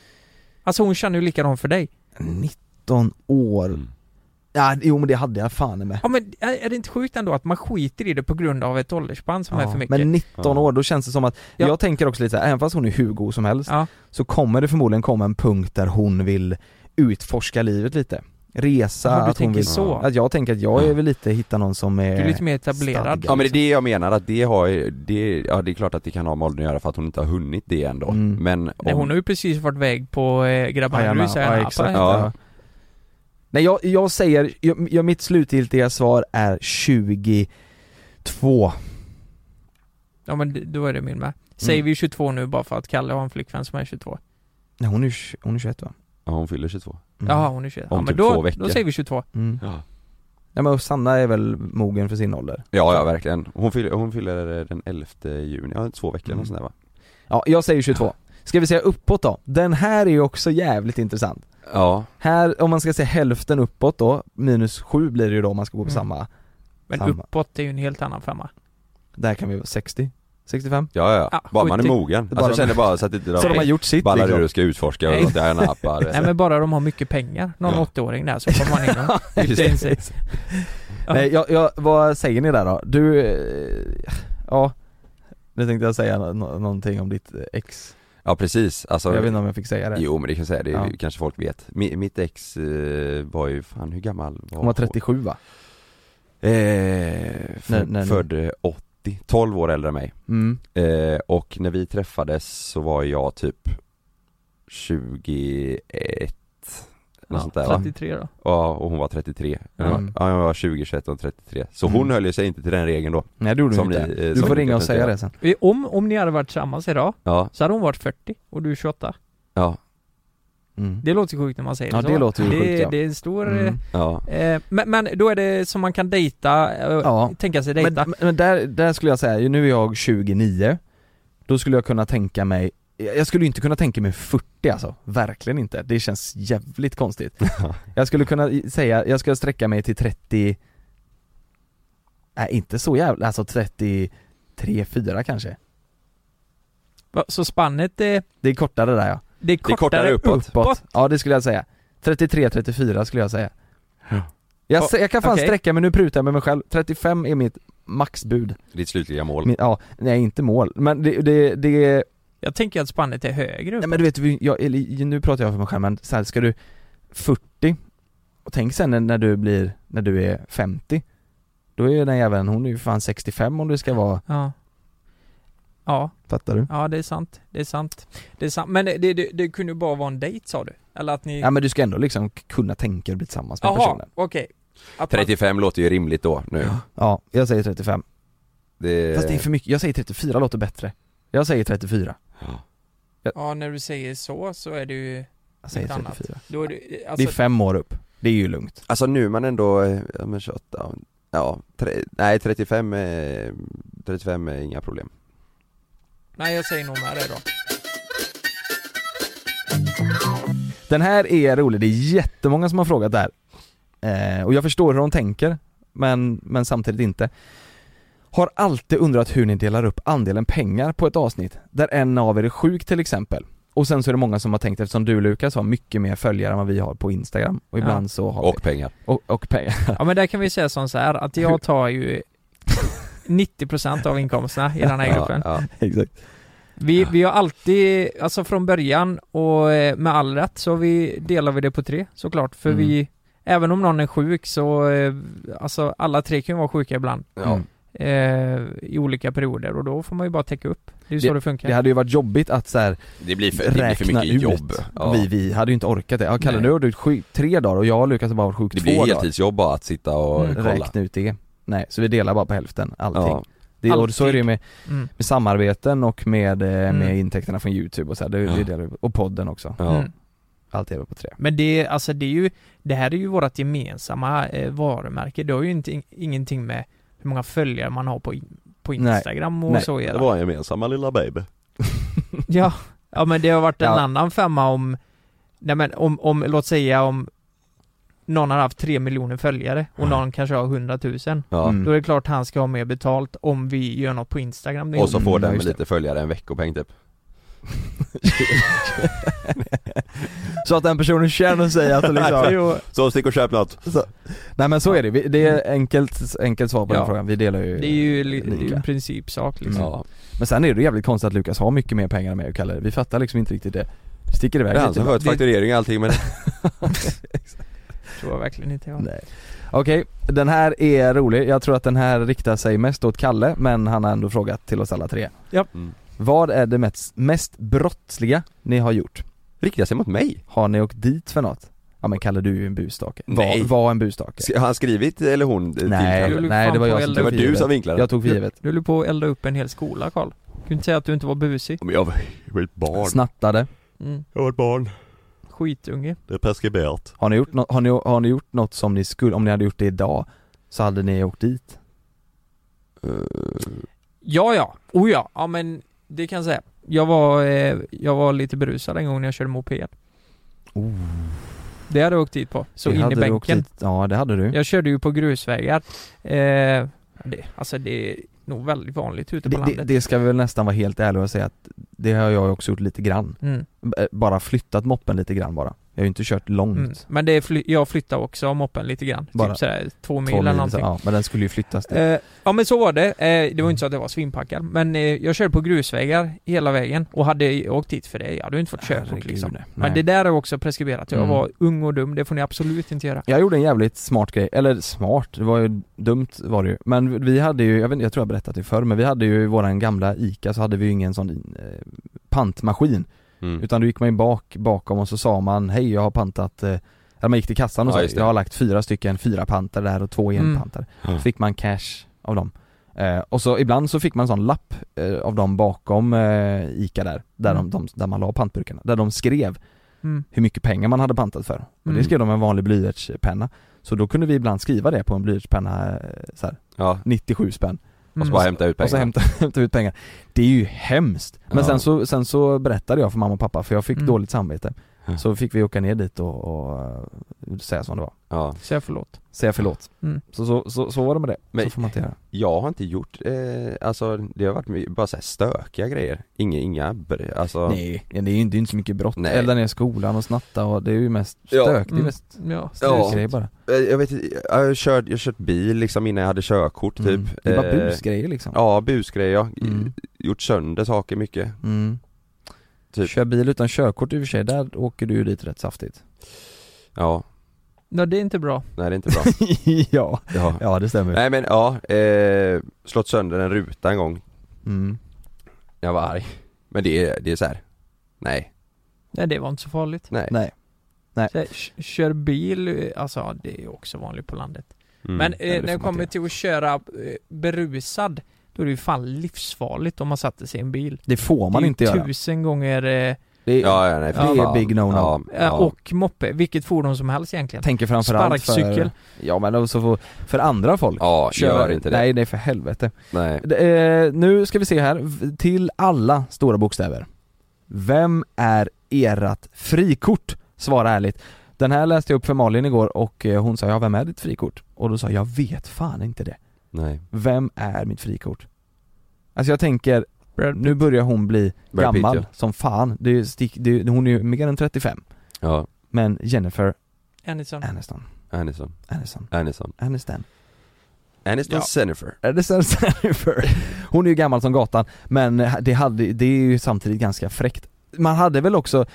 C: Alltså hon känner ju likadant för dig.
A: 19 mm. år,
B: Mm.
A: ja, jo men det hade jag fan med
C: Ja men är är det inte sjukt ändå att man skiter i det på grund av ett åldersspann som är för mycket?
A: Men 19
B: Ja.
A: år, då känns det som att,
C: Ja.
A: jag tänker också lite så här, även fast hon är hur god som helst
C: Ja.
A: Så kommer det förmodligen komma en punkt där hon vill utforska livet lite Resa,
C: Ja, du
A: att hon
C: tänker
A: vill
C: så.
A: Att jag tänker att jag är väl lite, hitta någon som är liksom.
C: Du är lite mer etablerad.
A: stadga.
B: Ja men det är det jag menar att det har ju- det, ja det är klart att det kan ha med åldern att göra för att hon inte har hunnit det ändå.
A: Mm.
B: Men om,
C: Nej, hon har ju precis varit väg på eh, grabbarna nu säger
A: ja,
C: jag.
A: exakt,
C: Ja.
A: ja. Nej jag, jag säger, jag, jag, mitt slutgiltiga svar är 22
C: ja men det- då är det min med. Säger
A: Mm.
C: vi 22 nu bara för att Kalle har en flickvän som är 22?
A: Nej hon är, tj- hon är 21 va?
B: ja, hon fyller 22.
A: Mm.
C: Jaha hon är 21. Ja,
B: Om
C: men
B: typ två
C: då,
B: veckor.
C: då säger vi 22.
A: Mm.
B: Ja.
A: Ja men och Sanna är väl mogen för sin ålder
B: Ja, ja verkligen. Hon fyller, hon fyller eh, den 11 juni, ja två veckor
A: Mm.
B: eller sånt där va?
A: Ja, jag säger 22. Ska vi säga uppåt då? Den här är ju också jävligt intressant.
B: Ja,
A: Här, om man ska säga hälften uppåt då, minus 7 blir det ju då om man ska gå på
C: Mm.
A: samma.
C: Men
A: Samma.
C: uppåt är ju en helt annan femma.
A: Där kan vi vara 60, 65.
B: ja, ja.
C: Ja,
B: bara man är
C: 70.
B: mogen. Alltså
A: Bara-
B: jag känner bara så att inte de,
A: Så de har gjort sitt
B: ballar ur
A: liksom.
B: och ska utforska
C: Nej.
B: och låter gärna appar.
C: Nej men bara de har mycket pengar, någon
B: Ja.
C: 80-åring där så kommer man in och...
B: Precis.
A: Nej, jag, jag, vad säger ni där då? Du, eh, ja, nu tänkte jag säga nå- nå- någonting om ditt eh, ex.
B: Ja precis, alltså
A: Jag vet inte om jag fick säga det.
B: Jo men det kan jag säga, det
A: Ja.
B: kanske folk vet. Mi, mitt ex eh, var ju, fan hur gammal var
A: Hon var 37 va?
B: Eh,
A: När-
B: född,
A: när ni-
B: född eh, 80, 12 år äldre än mig.
A: Mm.
B: Eh, och när vi träffades så var jag typ 21 eller
C: Ja,
B: sånt där va?
C: 33 då.
B: Ja, och hon var 33.
A: Mm.
B: Ja, jag var 20, 21 och 33. Så
A: Mm.
B: hon höll ju sig inte till den regeln då.
A: Nej det gjorde hon
B: Som
A: inte.
B: ni, eh,
A: du
B: som
A: får
B: ni
A: ringa och
B: kan
A: säga
B: säga.
A: det sen.
C: Vi- Om, om ni hade varit tillsammans idag
B: Ja,
C: så hade hon varit 40 och du 28.
B: ja,
A: Mm.
C: Det låter ju sjukt när man säger
A: Ja,
C: det
A: det
C: så.
A: låter ju
C: det,
A: sjukt, ja.
C: det är en stor...
A: Mm.
B: ja.
C: Eh, men, men då är det som man kan dejta, eh,
A: Ja.
C: tänka sig
A: Men,
C: dejta.
A: men- men där, där skulle jag säga, nu är jag 29, då skulle jag kunna tänka mig jag jag skulle ju inte kunna tänka mig 40 alltså, verkligen inte. Det känns jävligt konstigt. Jag skulle kunna i- säga, jag ska sträcka mig till 30, nej inte så jävla, alltså 33, 4 kanske.
C: Va, Så spannet eh, är,
A: Det är kortare där ja.
C: det är
B: kortare
C: kortare, uppåt.
A: Uppåt. Ja det skulle jag säga. 33, 34 skulle jag säga. Jag, se- jag kan fan
C: Okej.
A: sträcka mig, nu prutar jag med mig själv, 35 är mitt maxbud.
B: Ditt slutliga mål.
A: Min, ja, nej inte mål, men det, det, det
C: Jag tänker att spannet är högre upp.
A: Nej men du vet, vi- jag, eller, nu pratar jag för mig själv men så här, ska du 40 och tänk sen när- när du blir, när du är 50 Då är ju den jäveln, hon är ju fan 65 om du ska vara,
C: Ja. Ja,
A: fattar du?
C: ja det är sant. Det är sant. Det är sant. Men det, det, det kunde ju bara vara en dejt sa du? Eller att ni...
A: Ja men du ska ändå liksom k- kunna tänka dig bli tillsammans med
C: Jaha,
A: personen
C: okej. Att man-
B: 35 låter ju rimligt då nu.
A: Ja, jag säger 35
B: Det...
A: Fast det är för mycket, jag säger 34 låter bättre Jag säger 34
C: Ja, när du säger så så är det ju...
A: Jag säger
C: Lite annat.
A: 34
C: Då är det,
A: Det
C: alltså,
A: är fem år upp, det är ju lugnt
B: Alltså nu är man ändå, eh, ja men 28, ja, tre... nej 35, eh, 35 är inga problem.
C: nej jag säger nog med det då.
A: Den här är rolig, det är jättemånga som har frågat där. Eh, och jag förstår hur de tänker, men, men samtidigt inte. Har alltid undrat hur ni delar upp andelen pengar på ett avsnitt, där en av er är sjuk till exempel. Och sen så är det många som har tänkt, eftersom du Lukas har mycket mer följare än vad vi har på Instagram och
C: Ja.
A: ibland så har vi,
B: Och pengar.
A: och, och pengar.
C: Ja men där kan vi säga som så här att jag tar ju 90% av inkomsterna i den här
B: Ja,
C: gruppen.
B: ja.
A: Exakt.
C: Vi, vi har alltid, alltså från början och eh, med all rätt så har vi, delar vi det på tre såklart för
A: Mm.
C: vi Även om någon är sjuk så, eh, alltså alla tre kan ju vara sjuka ibland
B: Ja.
A: Mm.
C: eh, I olika perioder och då får man ju bara täcka upp Det är ju så det funkar
A: Det hade ju varit jobbigt att så här,
B: Det blir för, det blir för
A: räkna
B: mycket
A: ut.
B: jobb. Ja.
A: Vi, vi hade ju inte orkat det. Ja, Kalle
C: Nej.
A: du har varit sjuk tre dagar och jag och Lukas har bara varit sjuk
B: Det
A: två
B: blir
A: dagar.
B: heltidsjobb bara att sitta och
C: Mm.
B: kolla.
A: Räkna ut det. Nej, så vi delar bara på hälften, allting.
B: Ja.
A: Det, och så är det ju med,
C: mm.
A: med samarbeten och med, eh,
C: Mm.
A: med intäkterna från youtube och så här, det, det
B: Ja.
A: delar vi på. Och podden också.
B: Ja.
C: Mm.
A: Allt delar vi på tre.
C: Men det, alltså det är ju, det här är ju vårt gemensamma eh, varumärke Det har ju inte, ingenting med hur många följare man har på, in- på
A: Nej.
C: Instagram och
A: Nej.
C: så att göra.
B: Det var en gemensamma lilla baby.
C: Ja, ja men det har varit en
A: Ja.
C: annan femma om, nej men om, om, låt säga om någon har haft tre miljoner följare och någon kanske har 100 000
B: Ja.
A: Mm.
C: Då är det klart han ska ha mer betalt om vi gör något på Instagram det är
B: Och så
A: Mm,
B: får den
A: ja,
B: med
A: just
B: lite följare en veckopeng typ.
A: så att den personen känner sig att det liksom,
C: Jo,
B: Så stick och köp något.
A: Nej men så är det, Vi- det är enkelt, enkelt svar på
C: Ja.
A: den frågan, vi delar ju
C: det är ju li- det är ju
A: Lika.
C: en principsak liksom.
A: Mm.
B: Ja.
A: Men sen är det jävligt konstigt att Lukas har mycket mer pengar än mig och Kalle, vi fattar liksom inte riktigt det Sticker
B: Det
A: iväg
B: är han som
A: lite
B: sköter fakturering och allting men
C: Tror jag verkligen inte jag.
A: Nej. Okej, den här är rolig, jag tror att den här riktar sig mest åt Kalle men han har ändå frågat till oss alla tre
C: Ja.
B: Mm.
A: Vad är det mest, mest brottsliga ni har gjort?
B: riktar sig mot mig.
A: Har ni åkt dit för något? Ja men Kalle du är ju en busstake,
B: Nej.
A: var, var en busstake
B: Sk- Har han skrivit eller hon eh, till
A: Nej,
C: Du
B: Kalle?
C: låg
A: nej
C: fan
A: det var
C: på
A: jag
C: elden.
A: som
B: Det var
A: tog för
B: du som
A: givet
B: vinklade?
A: Jag tog för givet,
C: Du höll på att elda upp en hel skola Karl. Du kunde inte säga att du inte var busig.
B: Men jag var jag var ett barn.
A: snattade
C: Mm.
B: Jag var ett barn.
C: Skitunge.
B: Det är preskriberat.
A: Har ni gjort, nå- har ni, har ni gjort något som ni skulle, om ni hade gjort det idag så hade ni åkt dit?
B: Eh,
C: Ja, ja. Oh ja. Ja men det kan jag säga. Jag var, eh, jag var lite berusad en gång när jag körde moped.
A: Oh.
C: Det hade jag åkt dit på. Så
A: Det
C: in
A: hade
C: i
A: du åkt
C: bänken.
A: dit. Ja det hade du.
C: Jag körde ju på grusvägar. Eh, det, alltså det är nog väldigt vanligt ute på
A: Det, det,
C: landet.
A: det ska vi väl nästan vara helt ärliga och säga att det har jag också gjort lite grann.
C: Mm,
A: B- eh, Bara flyttat moppen lite grann bara. Jag har ju inte kört långt.
C: mm. Men det är fly- jag flyttade också moppen lite grann.
A: Bara
C: Typ sådär två mil
A: Två mil,
C: eller
A: så,
C: någonting.
A: ja, men den skulle ju flyttas dit.
C: Eh, ja men så var det. Eh, det var inte så att jag var svinpackad. Men eh, jag körde på grusvägar hela vägen och hade åkt dit för det. Jag hade ju inte fått körkort
A: Herregud,
C: liksom.
A: nej.
C: Men det där är också preskriberat. Jag
A: Mm.
C: var ung och dum. Det får ni absolut inte göra.
A: Jag gjorde en jävligt smart grej, eller smart, det var ju dumt var det ju. Men vi hade ju, jag, vet, inte, jag tror jag berättat det förr, men vi hade ju i våran gamla ICA så hade vi ju ingen sån eh, pantmaskin.
B: Mm.
A: Utan då gick man in bak, bakom och så sa man hej jag har pantat eh, Eller man gick till kassan och
B: Ja,
A: sa
B: just det.
A: jag har lagt fyra stycken fyra pantar där och två
C: Mm.
A: enpantar
B: Ja.
A: Fick man cash av dem eh, Och så ibland så fick man en sån lapp eh, av dem bakom eh, Ica där där,
C: Mm.
A: de, de, där man la pantburkarna, där de skrev
C: Mm.
A: hur mycket pengar man hade pantat för Och
C: Mm.
A: det skrev de med en vanlig blyertspenna Så då kunde vi ibland skriva det på en blyertspenna eh, så här,
B: Ja.
A: 97 spänn
B: Och
C: Mm.
B: så bara hämta ut
A: och så
B: pengar.
A: hämtade hämtade vi ut pengar. Det är ju hemskt. Men
B: Ja.
A: sen, så, sen så berättade jag för mamma och pappa för jag fick
C: Mm.
A: dåligt samvete.
B: Ja.
A: Så fick vi åka ner dit och, och eh, säga som det var.
B: Ja.
C: Så jag förlåt.
A: Säga förlåt.
C: Mm.
A: Så, så, så, så var det med det.
B: Men-
A: så får man inte göra.
B: Jag har inte gjort, eh, alltså det har varit my- bara såhär stökiga grejer. Inga, inga, br- alltså
A: Nej, det är ju inte, det är inte så mycket brott.
B: Nej.
A: Elda ner skolan och snatta och det är ju mest
B: Ja.
A: stök. Det är
C: Mm.
A: mest
C: Ja.
A: stökgrejer bara.
B: Eh, Jag vet inte, jag har kört, jag har kört bil liksom innan jag hade körkort typ
A: Mm. Det är bara
B: Eh,
A: busgrejer liksom.
B: Ja, busgrejer ja.
A: Mm.
B: Gjort sönder saker mycket
A: Mm.
B: Typ.
A: Kör bil utan körkort i och för sig, där åker du ju dit rätt saftigt.
B: Ja,
C: Nej, det är inte bra.
B: nej det är inte bra
A: ja.
B: ja.
A: ja, det stämmer.
B: Nej men ja, eh, slått sönder en ruta en gång
A: Mm.
B: när jag var arg Men det är, det är så här. nej,
C: Nej, det var inte så farligt.
B: nej,
A: Nej.
C: Så här, k- kör bil, eh, alltså ja, det är ju också vanligt på landet.
B: Mm.
C: Men
A: det får
C: eh, när det
A: man
C: kommer
A: inte
C: till att köra eh, berusad, då är det ju fan livsfarligt om man satte sig i en bil.
A: Det får man
C: det är
A: inte
C: ju
A: göra.
C: tusen gånger eh,
A: Det är,
B: Ja, ja, nej, för
A: Det är
B: fan.
A: big no-no.
B: ja, ja.
C: och moppe, vilket fordon som helst egentligen.
A: Tänker framförallt
C: Sparkcykel.
A: för, ja men också för, för andra folk
B: Ja, gör inte det.
A: Nej, nej för helvete.
B: nej
A: D- Eh, nu ska vi se här, V- till alla stora bokstäver. Vem är erat frikort? Svara ärligt. Den här läste jag upp för Malin igår och eh, hon sa ja, vem är ditt frikort? Och då sa jag, jag vet fan inte det.
B: Nej,
A: Vem är mitt frikort? Alltså jag tänker,
C: Brad Pitt.
A: Nu börjar hon bli
B: Brad Pitt,
A: gammal
B: ja.
A: som fan, det är, ju stick, det är, hon är ju mer än 35
B: Ja,
A: Men Jennifer
C: Aniston.
A: Aniston,
B: Aniston,
A: Aniston,
B: Aniston,
A: Aniston
B: Aniston
C: Ja.
B: Jennifer
A: Aniston Jennifer Hon är ju gammal som gatan, men det, hade, det är ju samtidigt ganska fräckt Man hade väl också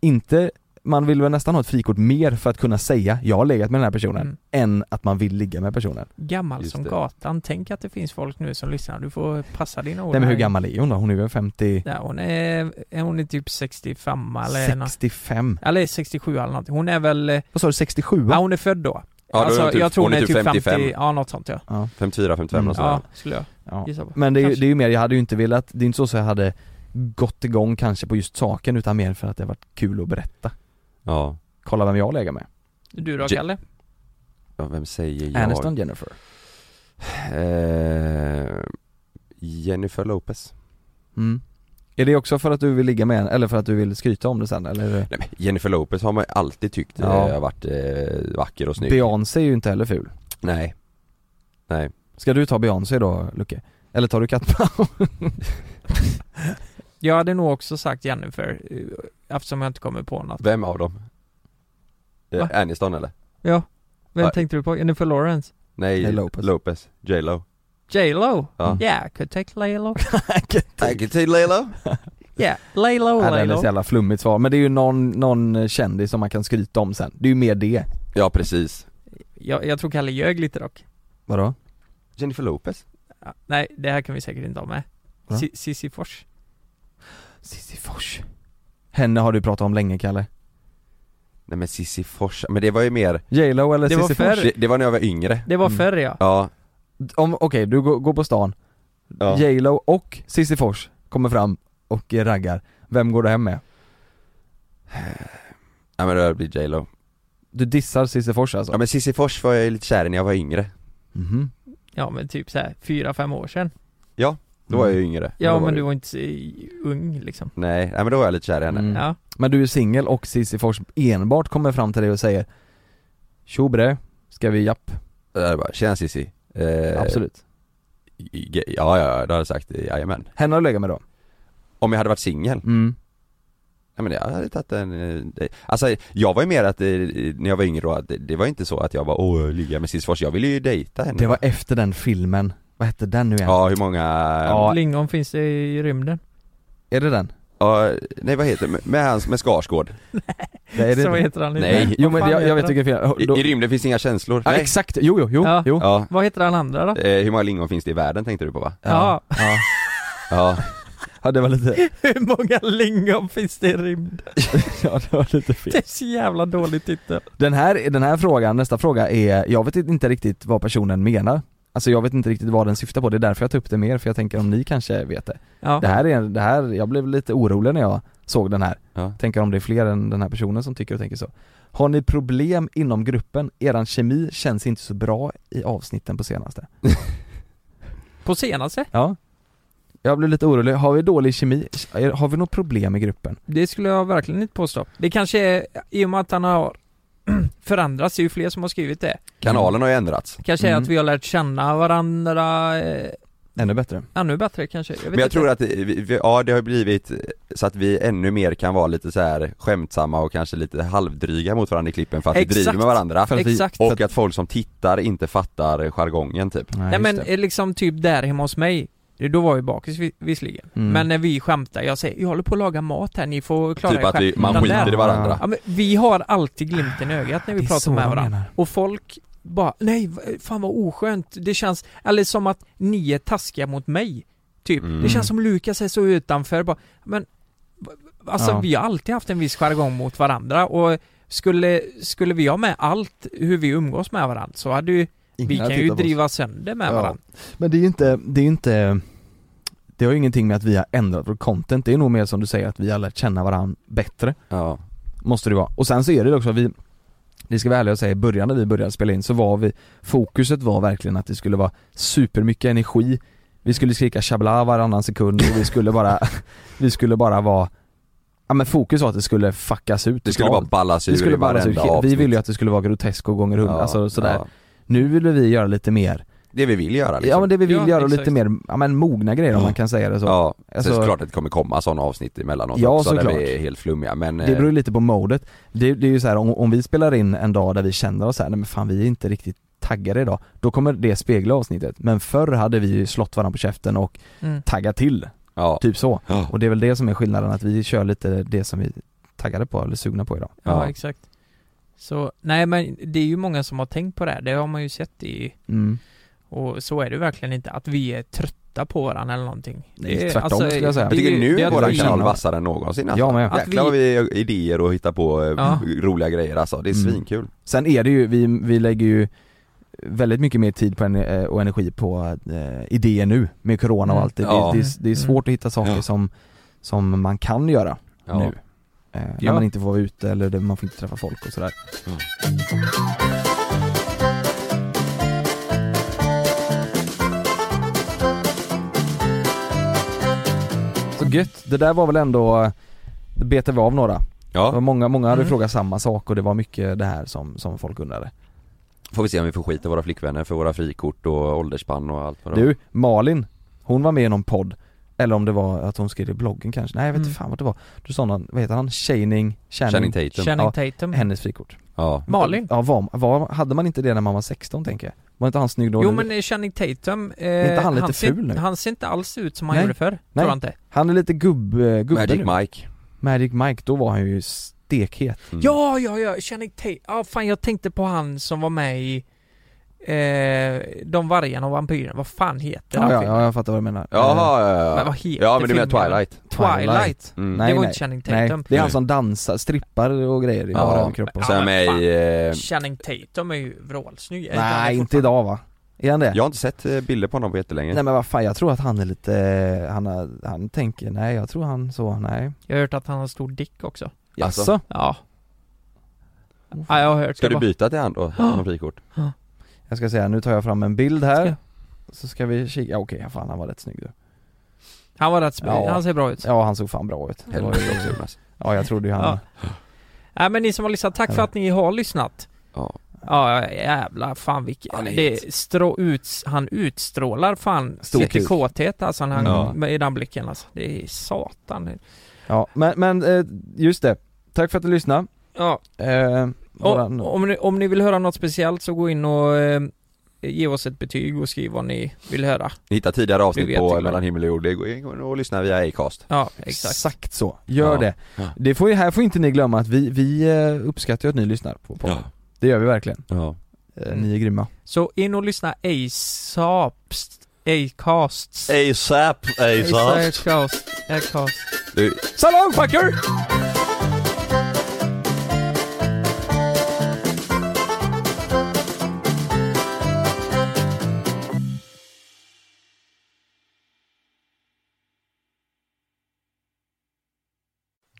A: inte, man vill väl nästan ha ett frikort mer för att kunna säga 'jag har legat med den här personen'
C: Mm.
A: än att man vill ligga med personen
C: Gammal
B: Just
C: som
B: det.
C: gatan. Tänk att det finns folk nu som lyssnar. Du får passa dina ord.
A: Nej men hur
C: här.
A: gammal är hon då? Hon är väl 50,
C: Ja, hon är, är hon är typ 65 eller nåt.
A: 65?
C: Eller 67 eller någonting. Hon är väl, eh,
A: Vad sa du, 67?
C: ja hon är född då. Alltså,
B: Ja, då är hon typ- hon är typ 55.
C: ja något sånt ja.
B: 54, 55
A: Mm.
B: och sådär
C: Ja, skulle jag
A: Ja.
C: gissa på.
A: Men det är, ju,
C: Kanske.
A: det är ju mer, jag hade ju inte velat, det är inte så att jag hade gått igång kanske på just saken utan mer för att det har varit kul att berätta
B: Ja,
A: Kolla vem jag lägger med
C: Du då
B: J-
C: Kalle?
B: ja vem säger jag?
A: Aniston Jennifer
B: Eh, Jennifer Lopez
A: mm. Är det också för att du vill ligga med en, eller för att du vill skryta om det sen eller?
B: Nej men Jennifer Lopez har man ju alltid tyckt eh,
A: Ja.
B: har varit eh, vacker och snygg
A: Beyoncé är ju inte heller ful
B: Nej Nej,
A: Ska du ta Beyoncé då Lucke? Eller tar du Kattman?
C: Jag hade nog också sagt Jennifer, eh, eftersom jag inte kommer på något.
B: vem av dem?
C: Va?
B: Eh, Aniston eller?
C: Ja, vem
B: Ja.
C: tänkte du på? Jennifer Lawrence?
B: Nej,
A: Nej, Lopez.
B: Lopez, Lopez. J Lo
C: J.Lo?
B: Ja.
C: Yeah, could take Laylo.
B: I can take Laylo
C: Yeah, Laylo,
A: Nej, det är ett
C: Laylo.
A: så jävla flummigt svar, men det är ju någon, någon kändis som man kan skryta om sen, det är ju mer det
B: Ja precis
C: Jag, jag tror Kalle ljög lite dock.
A: Vadå?
B: Jennifer Lopez?
C: Ja, nej, det här kan vi säkert inte ha med.
A: Va?
C: Si- Sissi Fors.
A: Cissi Fors Henne har du pratat om länge Kalle
B: Nej men Cissi Fors, men det var ju mer
A: J.Lo eller
C: Det var
A: Cissi
C: förr.
A: Fors?
B: Det, det var när jag var yngre
C: Det var
A: Mm.
C: förr ja.
B: Ja,
A: Om, okej, du går, går på stan
B: ja.
A: J.Lo och Cissi Fors kommer fram och raggar, vem går du hem med?
B: ja men det blir J Lo
A: Du dissar Cissi Fors alltså?
B: Ja men Cissi Fors var jag ju lite kär i när jag var yngre
A: Mhm.
C: Ja men typ såhär, fyra, fem år sedan.
B: Då var jag ju
A: Mm.
B: yngre
C: Ja
B: Då
C: men,
B: var
C: du
B: jag-
C: var inte så ung liksom.
B: Nej, nej men då var jag lite kär i henne
A: Mm.
C: Ja.
A: Men du är singel och Cissi Fors enbart kommer fram till dig och säger Tjo bre, ska vi japp?
B: Då hade jag bara, tjena Cissi eh,
A: Absolut
B: i- ge- Ja, ja, ja, då hade jag sagt eh, jajamän
A: Henne har du legat med då?
B: Om jag hade varit singel,
A: Mm,
B: nej men jag hade tagit en eh, det- Alltså jag var ju mer att, eh, när jag var yngre då, att det, det var inte så att jag bara åh, jag ligger med Cissi Fors, jag ville ju dejta henne
A: det var efter den filmen, vad hette den nu igen?
B: Ja, hur många, ja,
A: Ja.
C: Lingon finns det i rymden.
A: Är det den?
B: nej vad heter det, med, med hans, med Skarsgård
A: Nej, är det
C: så
A: inte.
C: heter han lite.
B: Nej.
A: Jo
C: Vad
A: men
C: fan
A: jag, jag
C: heter
A: vet
C: han?
A: vilken film,
B: I,
A: Då-
B: I rymden finns inga känslor,
A: ja,
B: nej.
A: exakt, jo jo jo,
C: Ja.
A: jo.
B: Ja,
C: Vad heter han andra då?
B: eh, hur många lingon finns det i världen tänkte du på va?
C: Ja.
A: ja.
B: Ja,
A: ja det var lite,
C: Hur många lingon finns det i rymden?
A: ja det var lite fel
C: Det är så jävla dålig titel.
A: Den här, den här frågan, nästa fråga är, jag vet inte riktigt vad personen menar Alltså jag vet inte riktigt vad den syftar på, det är därför jag tar upp det mer för jag tänker om ni kanske vet det
C: Ja.
A: Det här är, det här, jag blev lite orolig när jag såg den här
B: Ja.
A: Tänker om det är fler än den här personen som tycker och tänker så Har ni problem inom gruppen? Eran kemi känns inte så bra i avsnitten på senaste
C: På senaste?
A: Ja Jag blev lite orolig, har vi dålig kemi? Har vi något problem i gruppen?
C: Det skulle jag verkligen inte påstå. Det kanske är, i och med att han har förändrats, det är ju fler som har skrivit det.
B: kanalen har ju ändrats
C: Kanske är
A: Mm.
C: att vi har lärt känna varandra eh,
A: Ännu bättre
C: ännu bättre kanske. Jag vet
B: Men jag
C: inte.
B: tror att, eh, vi, vi- ja det har blivit så att vi ännu mer kan vara lite så här skämtsamma och kanske lite halvdryga mot varandra i klippen för att
C: Exakt.
B: vi driver med varandra
A: För att vi-
C: Exakt.
B: Och att folk som tittar inte fattar jargongen typ
C: Nej men
A: just det.
C: eh, liksom typ där hemma hos mig det- då var jag ju bakis vi- visserligen,
A: Mm.
C: men när vi skämtar, jag säger jag håller på att laga mat här, ni får klara
B: Typ
C: er
B: att vi,
C: själva."
B: man
C: Den
B: skiter
C: där-
B: i varandra
C: ja, men Vi har alltid glimten i ögat när
A: Det
C: vi
A: är
C: pratar
A: så
C: med
A: de
C: varandra
A: menar.
C: Och folk bara, nej va- fan vad oskönt, det känns, eller som att ni är taskiga mot mig Typ,
B: Mm.
C: det känns som Lukas är så utanför bara, men va- va- Alltså
A: Ja.
C: vi har alltid haft en viss jargong mot varandra och skulle, skulle vi ha med allt hur vi umgås med varandra så hade ju vi
A: Ingen har
C: kan ju
A: tittat på oss.
C: driva sönder med
A: Ja.
C: varandra.
A: Men det är ju inte, det är ju inte Det har ju ingenting med att vi har ändrat vårt content, det är nog mer som du säger att vi har lärt känna varandra bättre
B: Ja,
A: Måste det vara. Och sen så är det ju också att vi Det ska vi vara ärliga och säga, i början när vi började spela in så var vi Fokuset var verkligen att det skulle vara supermycket energi Vi skulle skrika chabla varannan sekund och vi skulle bara Vi skulle bara vara Ja men fokus var att det skulle fuckas ut
B: det skulle bara
A: totalt.
B: ballas ur
A: det skulle
B: i
A: bara
B: varenda
A: alltså Vi ville ju att det skulle vara groteskt och gånger hundra, alltså sådär Nu ville vi göra lite mer
B: det vi vill göra liksom.
A: Ja men det vi vill
C: Ja,
A: göra och lite
C: exakt.
A: mer, ja men mogna grejer om
B: Ja.
A: man kan säga det så.
B: Ja,
A: Alltså-
B: så det är klart att det kommer komma sådana avsnitt emellanåt
A: Ja,
B: också där
A: såklart.
B: vi är helt flummiga men eh,
A: Det beror ju lite på modet. Det, det är ju så här, om, om vi spelar in en dag där vi känner oss så här, nej men fan vi är inte riktigt taggade idag. Då kommer det spegla avsnittet. Men förr hade vi ju slått varandra på käften och
C: Mm.
A: taggat till,
B: ja,
A: typ så.
B: Ja.
A: Och det är väl det som är skillnaden, att vi kör lite det som vi taggade på eller sugna på idag.
C: Ja,
B: Ja.
C: exakt. Så, nej men det är ju många som har tänkt på det här. Det har man ju sett i,
A: Mm.
C: och så är det ju verkligen inte, att vi är trötta på varandra eller någonting.
A: Nej,
C: Det är-
A: tvärtom skulle jag säga.
B: jag tycker
C: är ju-
B: nu
C: det
B: är
C: att
B: våran
C: vi-
B: kanal vassare än någonsin alltså.
A: Jag med.
C: Att
B: Jäklar vad vi har idéer och hittar på eh,
C: Ja.
B: roliga grejer alltså, det är
A: Mm.
B: svinkul
A: Sen är det ju, vi, vi lägger ju väldigt mycket mer tid på en, eh, och energi på eh, idéer nu med corona och
C: Mm.
A: allt. Det,
B: Ja.
A: det, det, är- det är
C: Mm.
A: svårt att hitta saker
B: Ja.
A: som, som man kan göra
B: Ja.
A: nu. Eh, när
C: Ja.
A: man inte får vara ute eller det, man får inte träffa folk och sådär.
B: Mm.
A: Så gött, det där var väl ändå, det betade vi av några. Det var
B: Ja,
A: många, många hade
C: Mm.
A: frågat samma sak och det var mycket det här som, som folk undrade.
B: får vi se om vi får skita våra flickvänner för våra frikort och åldersspann och allt vad det var.
A: Du, Malin, hon var med i någon podd Eller om det var att hon skrev i bloggen kanske, nej jag vet inte
C: Mm.
A: fan vad det var Du sa någon, vad heter han? Chaining, Channing,
B: Channing Tatum
C: Channing
A: Ja.
C: Tatum.
A: hennes frikort
B: Ja,
C: Malin?
A: Ja var, var, hade man inte det när man var 16 tänker jag? Var inte han snygg då?
C: Jo
A: nu?
C: men eh, Channing Tatum, eh,
A: Är inte han lite
C: ser,
A: ful nu?
C: han ser inte alls ut som han
A: Nej.
C: gjorde förr,
A: Nej. Mm.
C: tror jag inte.
A: Han är lite gubb, eh, gubbe
B: Magic
A: nu
B: Mike
A: Magic Mike, då var han ju stekhet
B: Mm.
C: Ja, ja, ja, Channing Tatum, ja fan jag tänkte på han som var med i eh, De vargarna och vampyrerna, vad fan heter
A: Ja
C: den
A: ja,
C: filmen?
A: ja jag fattar vad du menar Eh,
B: Jaha, ja, ja,
C: Men
B: ja.
C: vad heter
B: ja men du menar
C: filmen?
B: Twilight?
C: Twilight.
A: Twilight.
B: Mm.
A: Nej,
C: det var
A: nej.
C: inte Channing
A: Eh, Nej,
C: Tatum.
A: det är han som dansar, strippar och grejer i
B: Ja.
A: bara överkropp och så.
B: Sen
C: Ja, men
B: med
C: fan.
B: i, eh,
C: Channing Tatum är ju vrålsnygg. Är han det
A: Nej inte
C: fortfarande?
A: idag va? Är han det?
B: jag har inte sett eh, bilder på honom på jättelänge
A: Nej men vad fan, jag tror att han är lite, eh, han, har- han tänker, nej jag tror han så, nej
C: Jag har hört att han har stor dick också.
B: Alltså,
A: Jaså?
C: Ja. ja jag har hört
B: Ska
C: det
B: du
C: bara.
B: byta till han då, som frikort?
A: Jag ska säga, nu tar jag fram en bild här
C: Ska-
A: Så ska vi kika, ja, okej fan han var rätt snygg du
C: Han var rätt sp-
A: Ja.
C: han ser bra ut.
A: Ja han såg fan bra ut Det var
B: Helvete
A: ju-
B: också Jonas
A: Ja jag trodde ju han
C: Ja. Nej men ni som har lyssnat, tack för att ni har lyssnat.
B: Ja,
C: Ja ja, jävlar fan vilken...
B: Han är
C: det strå, ut, han utstrålar fan
A: Stor
C: lite
A: kuk.
C: kåthet alltså när han,
B: Ja.
C: med, i den blicken alltså. Det är satan.
A: ja men, men eh, just det, tack för att du lyssnade
C: Ja,
A: eh,
C: och,
A: våran-
C: om, ni, om ni vill höra något speciellt så gå in och eh, ge oss ett betyg och skriv vad ni vill höra.
B: Ni hittar tidigare
C: Vi
B: avsnitt
C: vet
B: på
C: det.
B: Mellan himmel och jord, det går in och lyssna via Acast
C: Ja,
A: exakt.
C: exakt.
A: så, gör
B: Ja.
A: det
B: Ja.
A: Det får ju, här får inte ni glömma att vi, vi eh, uppskattar ju att ni lyssnar på podden Det gör vi verkligen,
B: ja.
A: eh,
C: Mm.
A: ni är grymma
C: Så in och lyssna ASAPs, Acasts,
B: ASAP,
C: Acast, Acast.
B: Du,
A: So long fucker!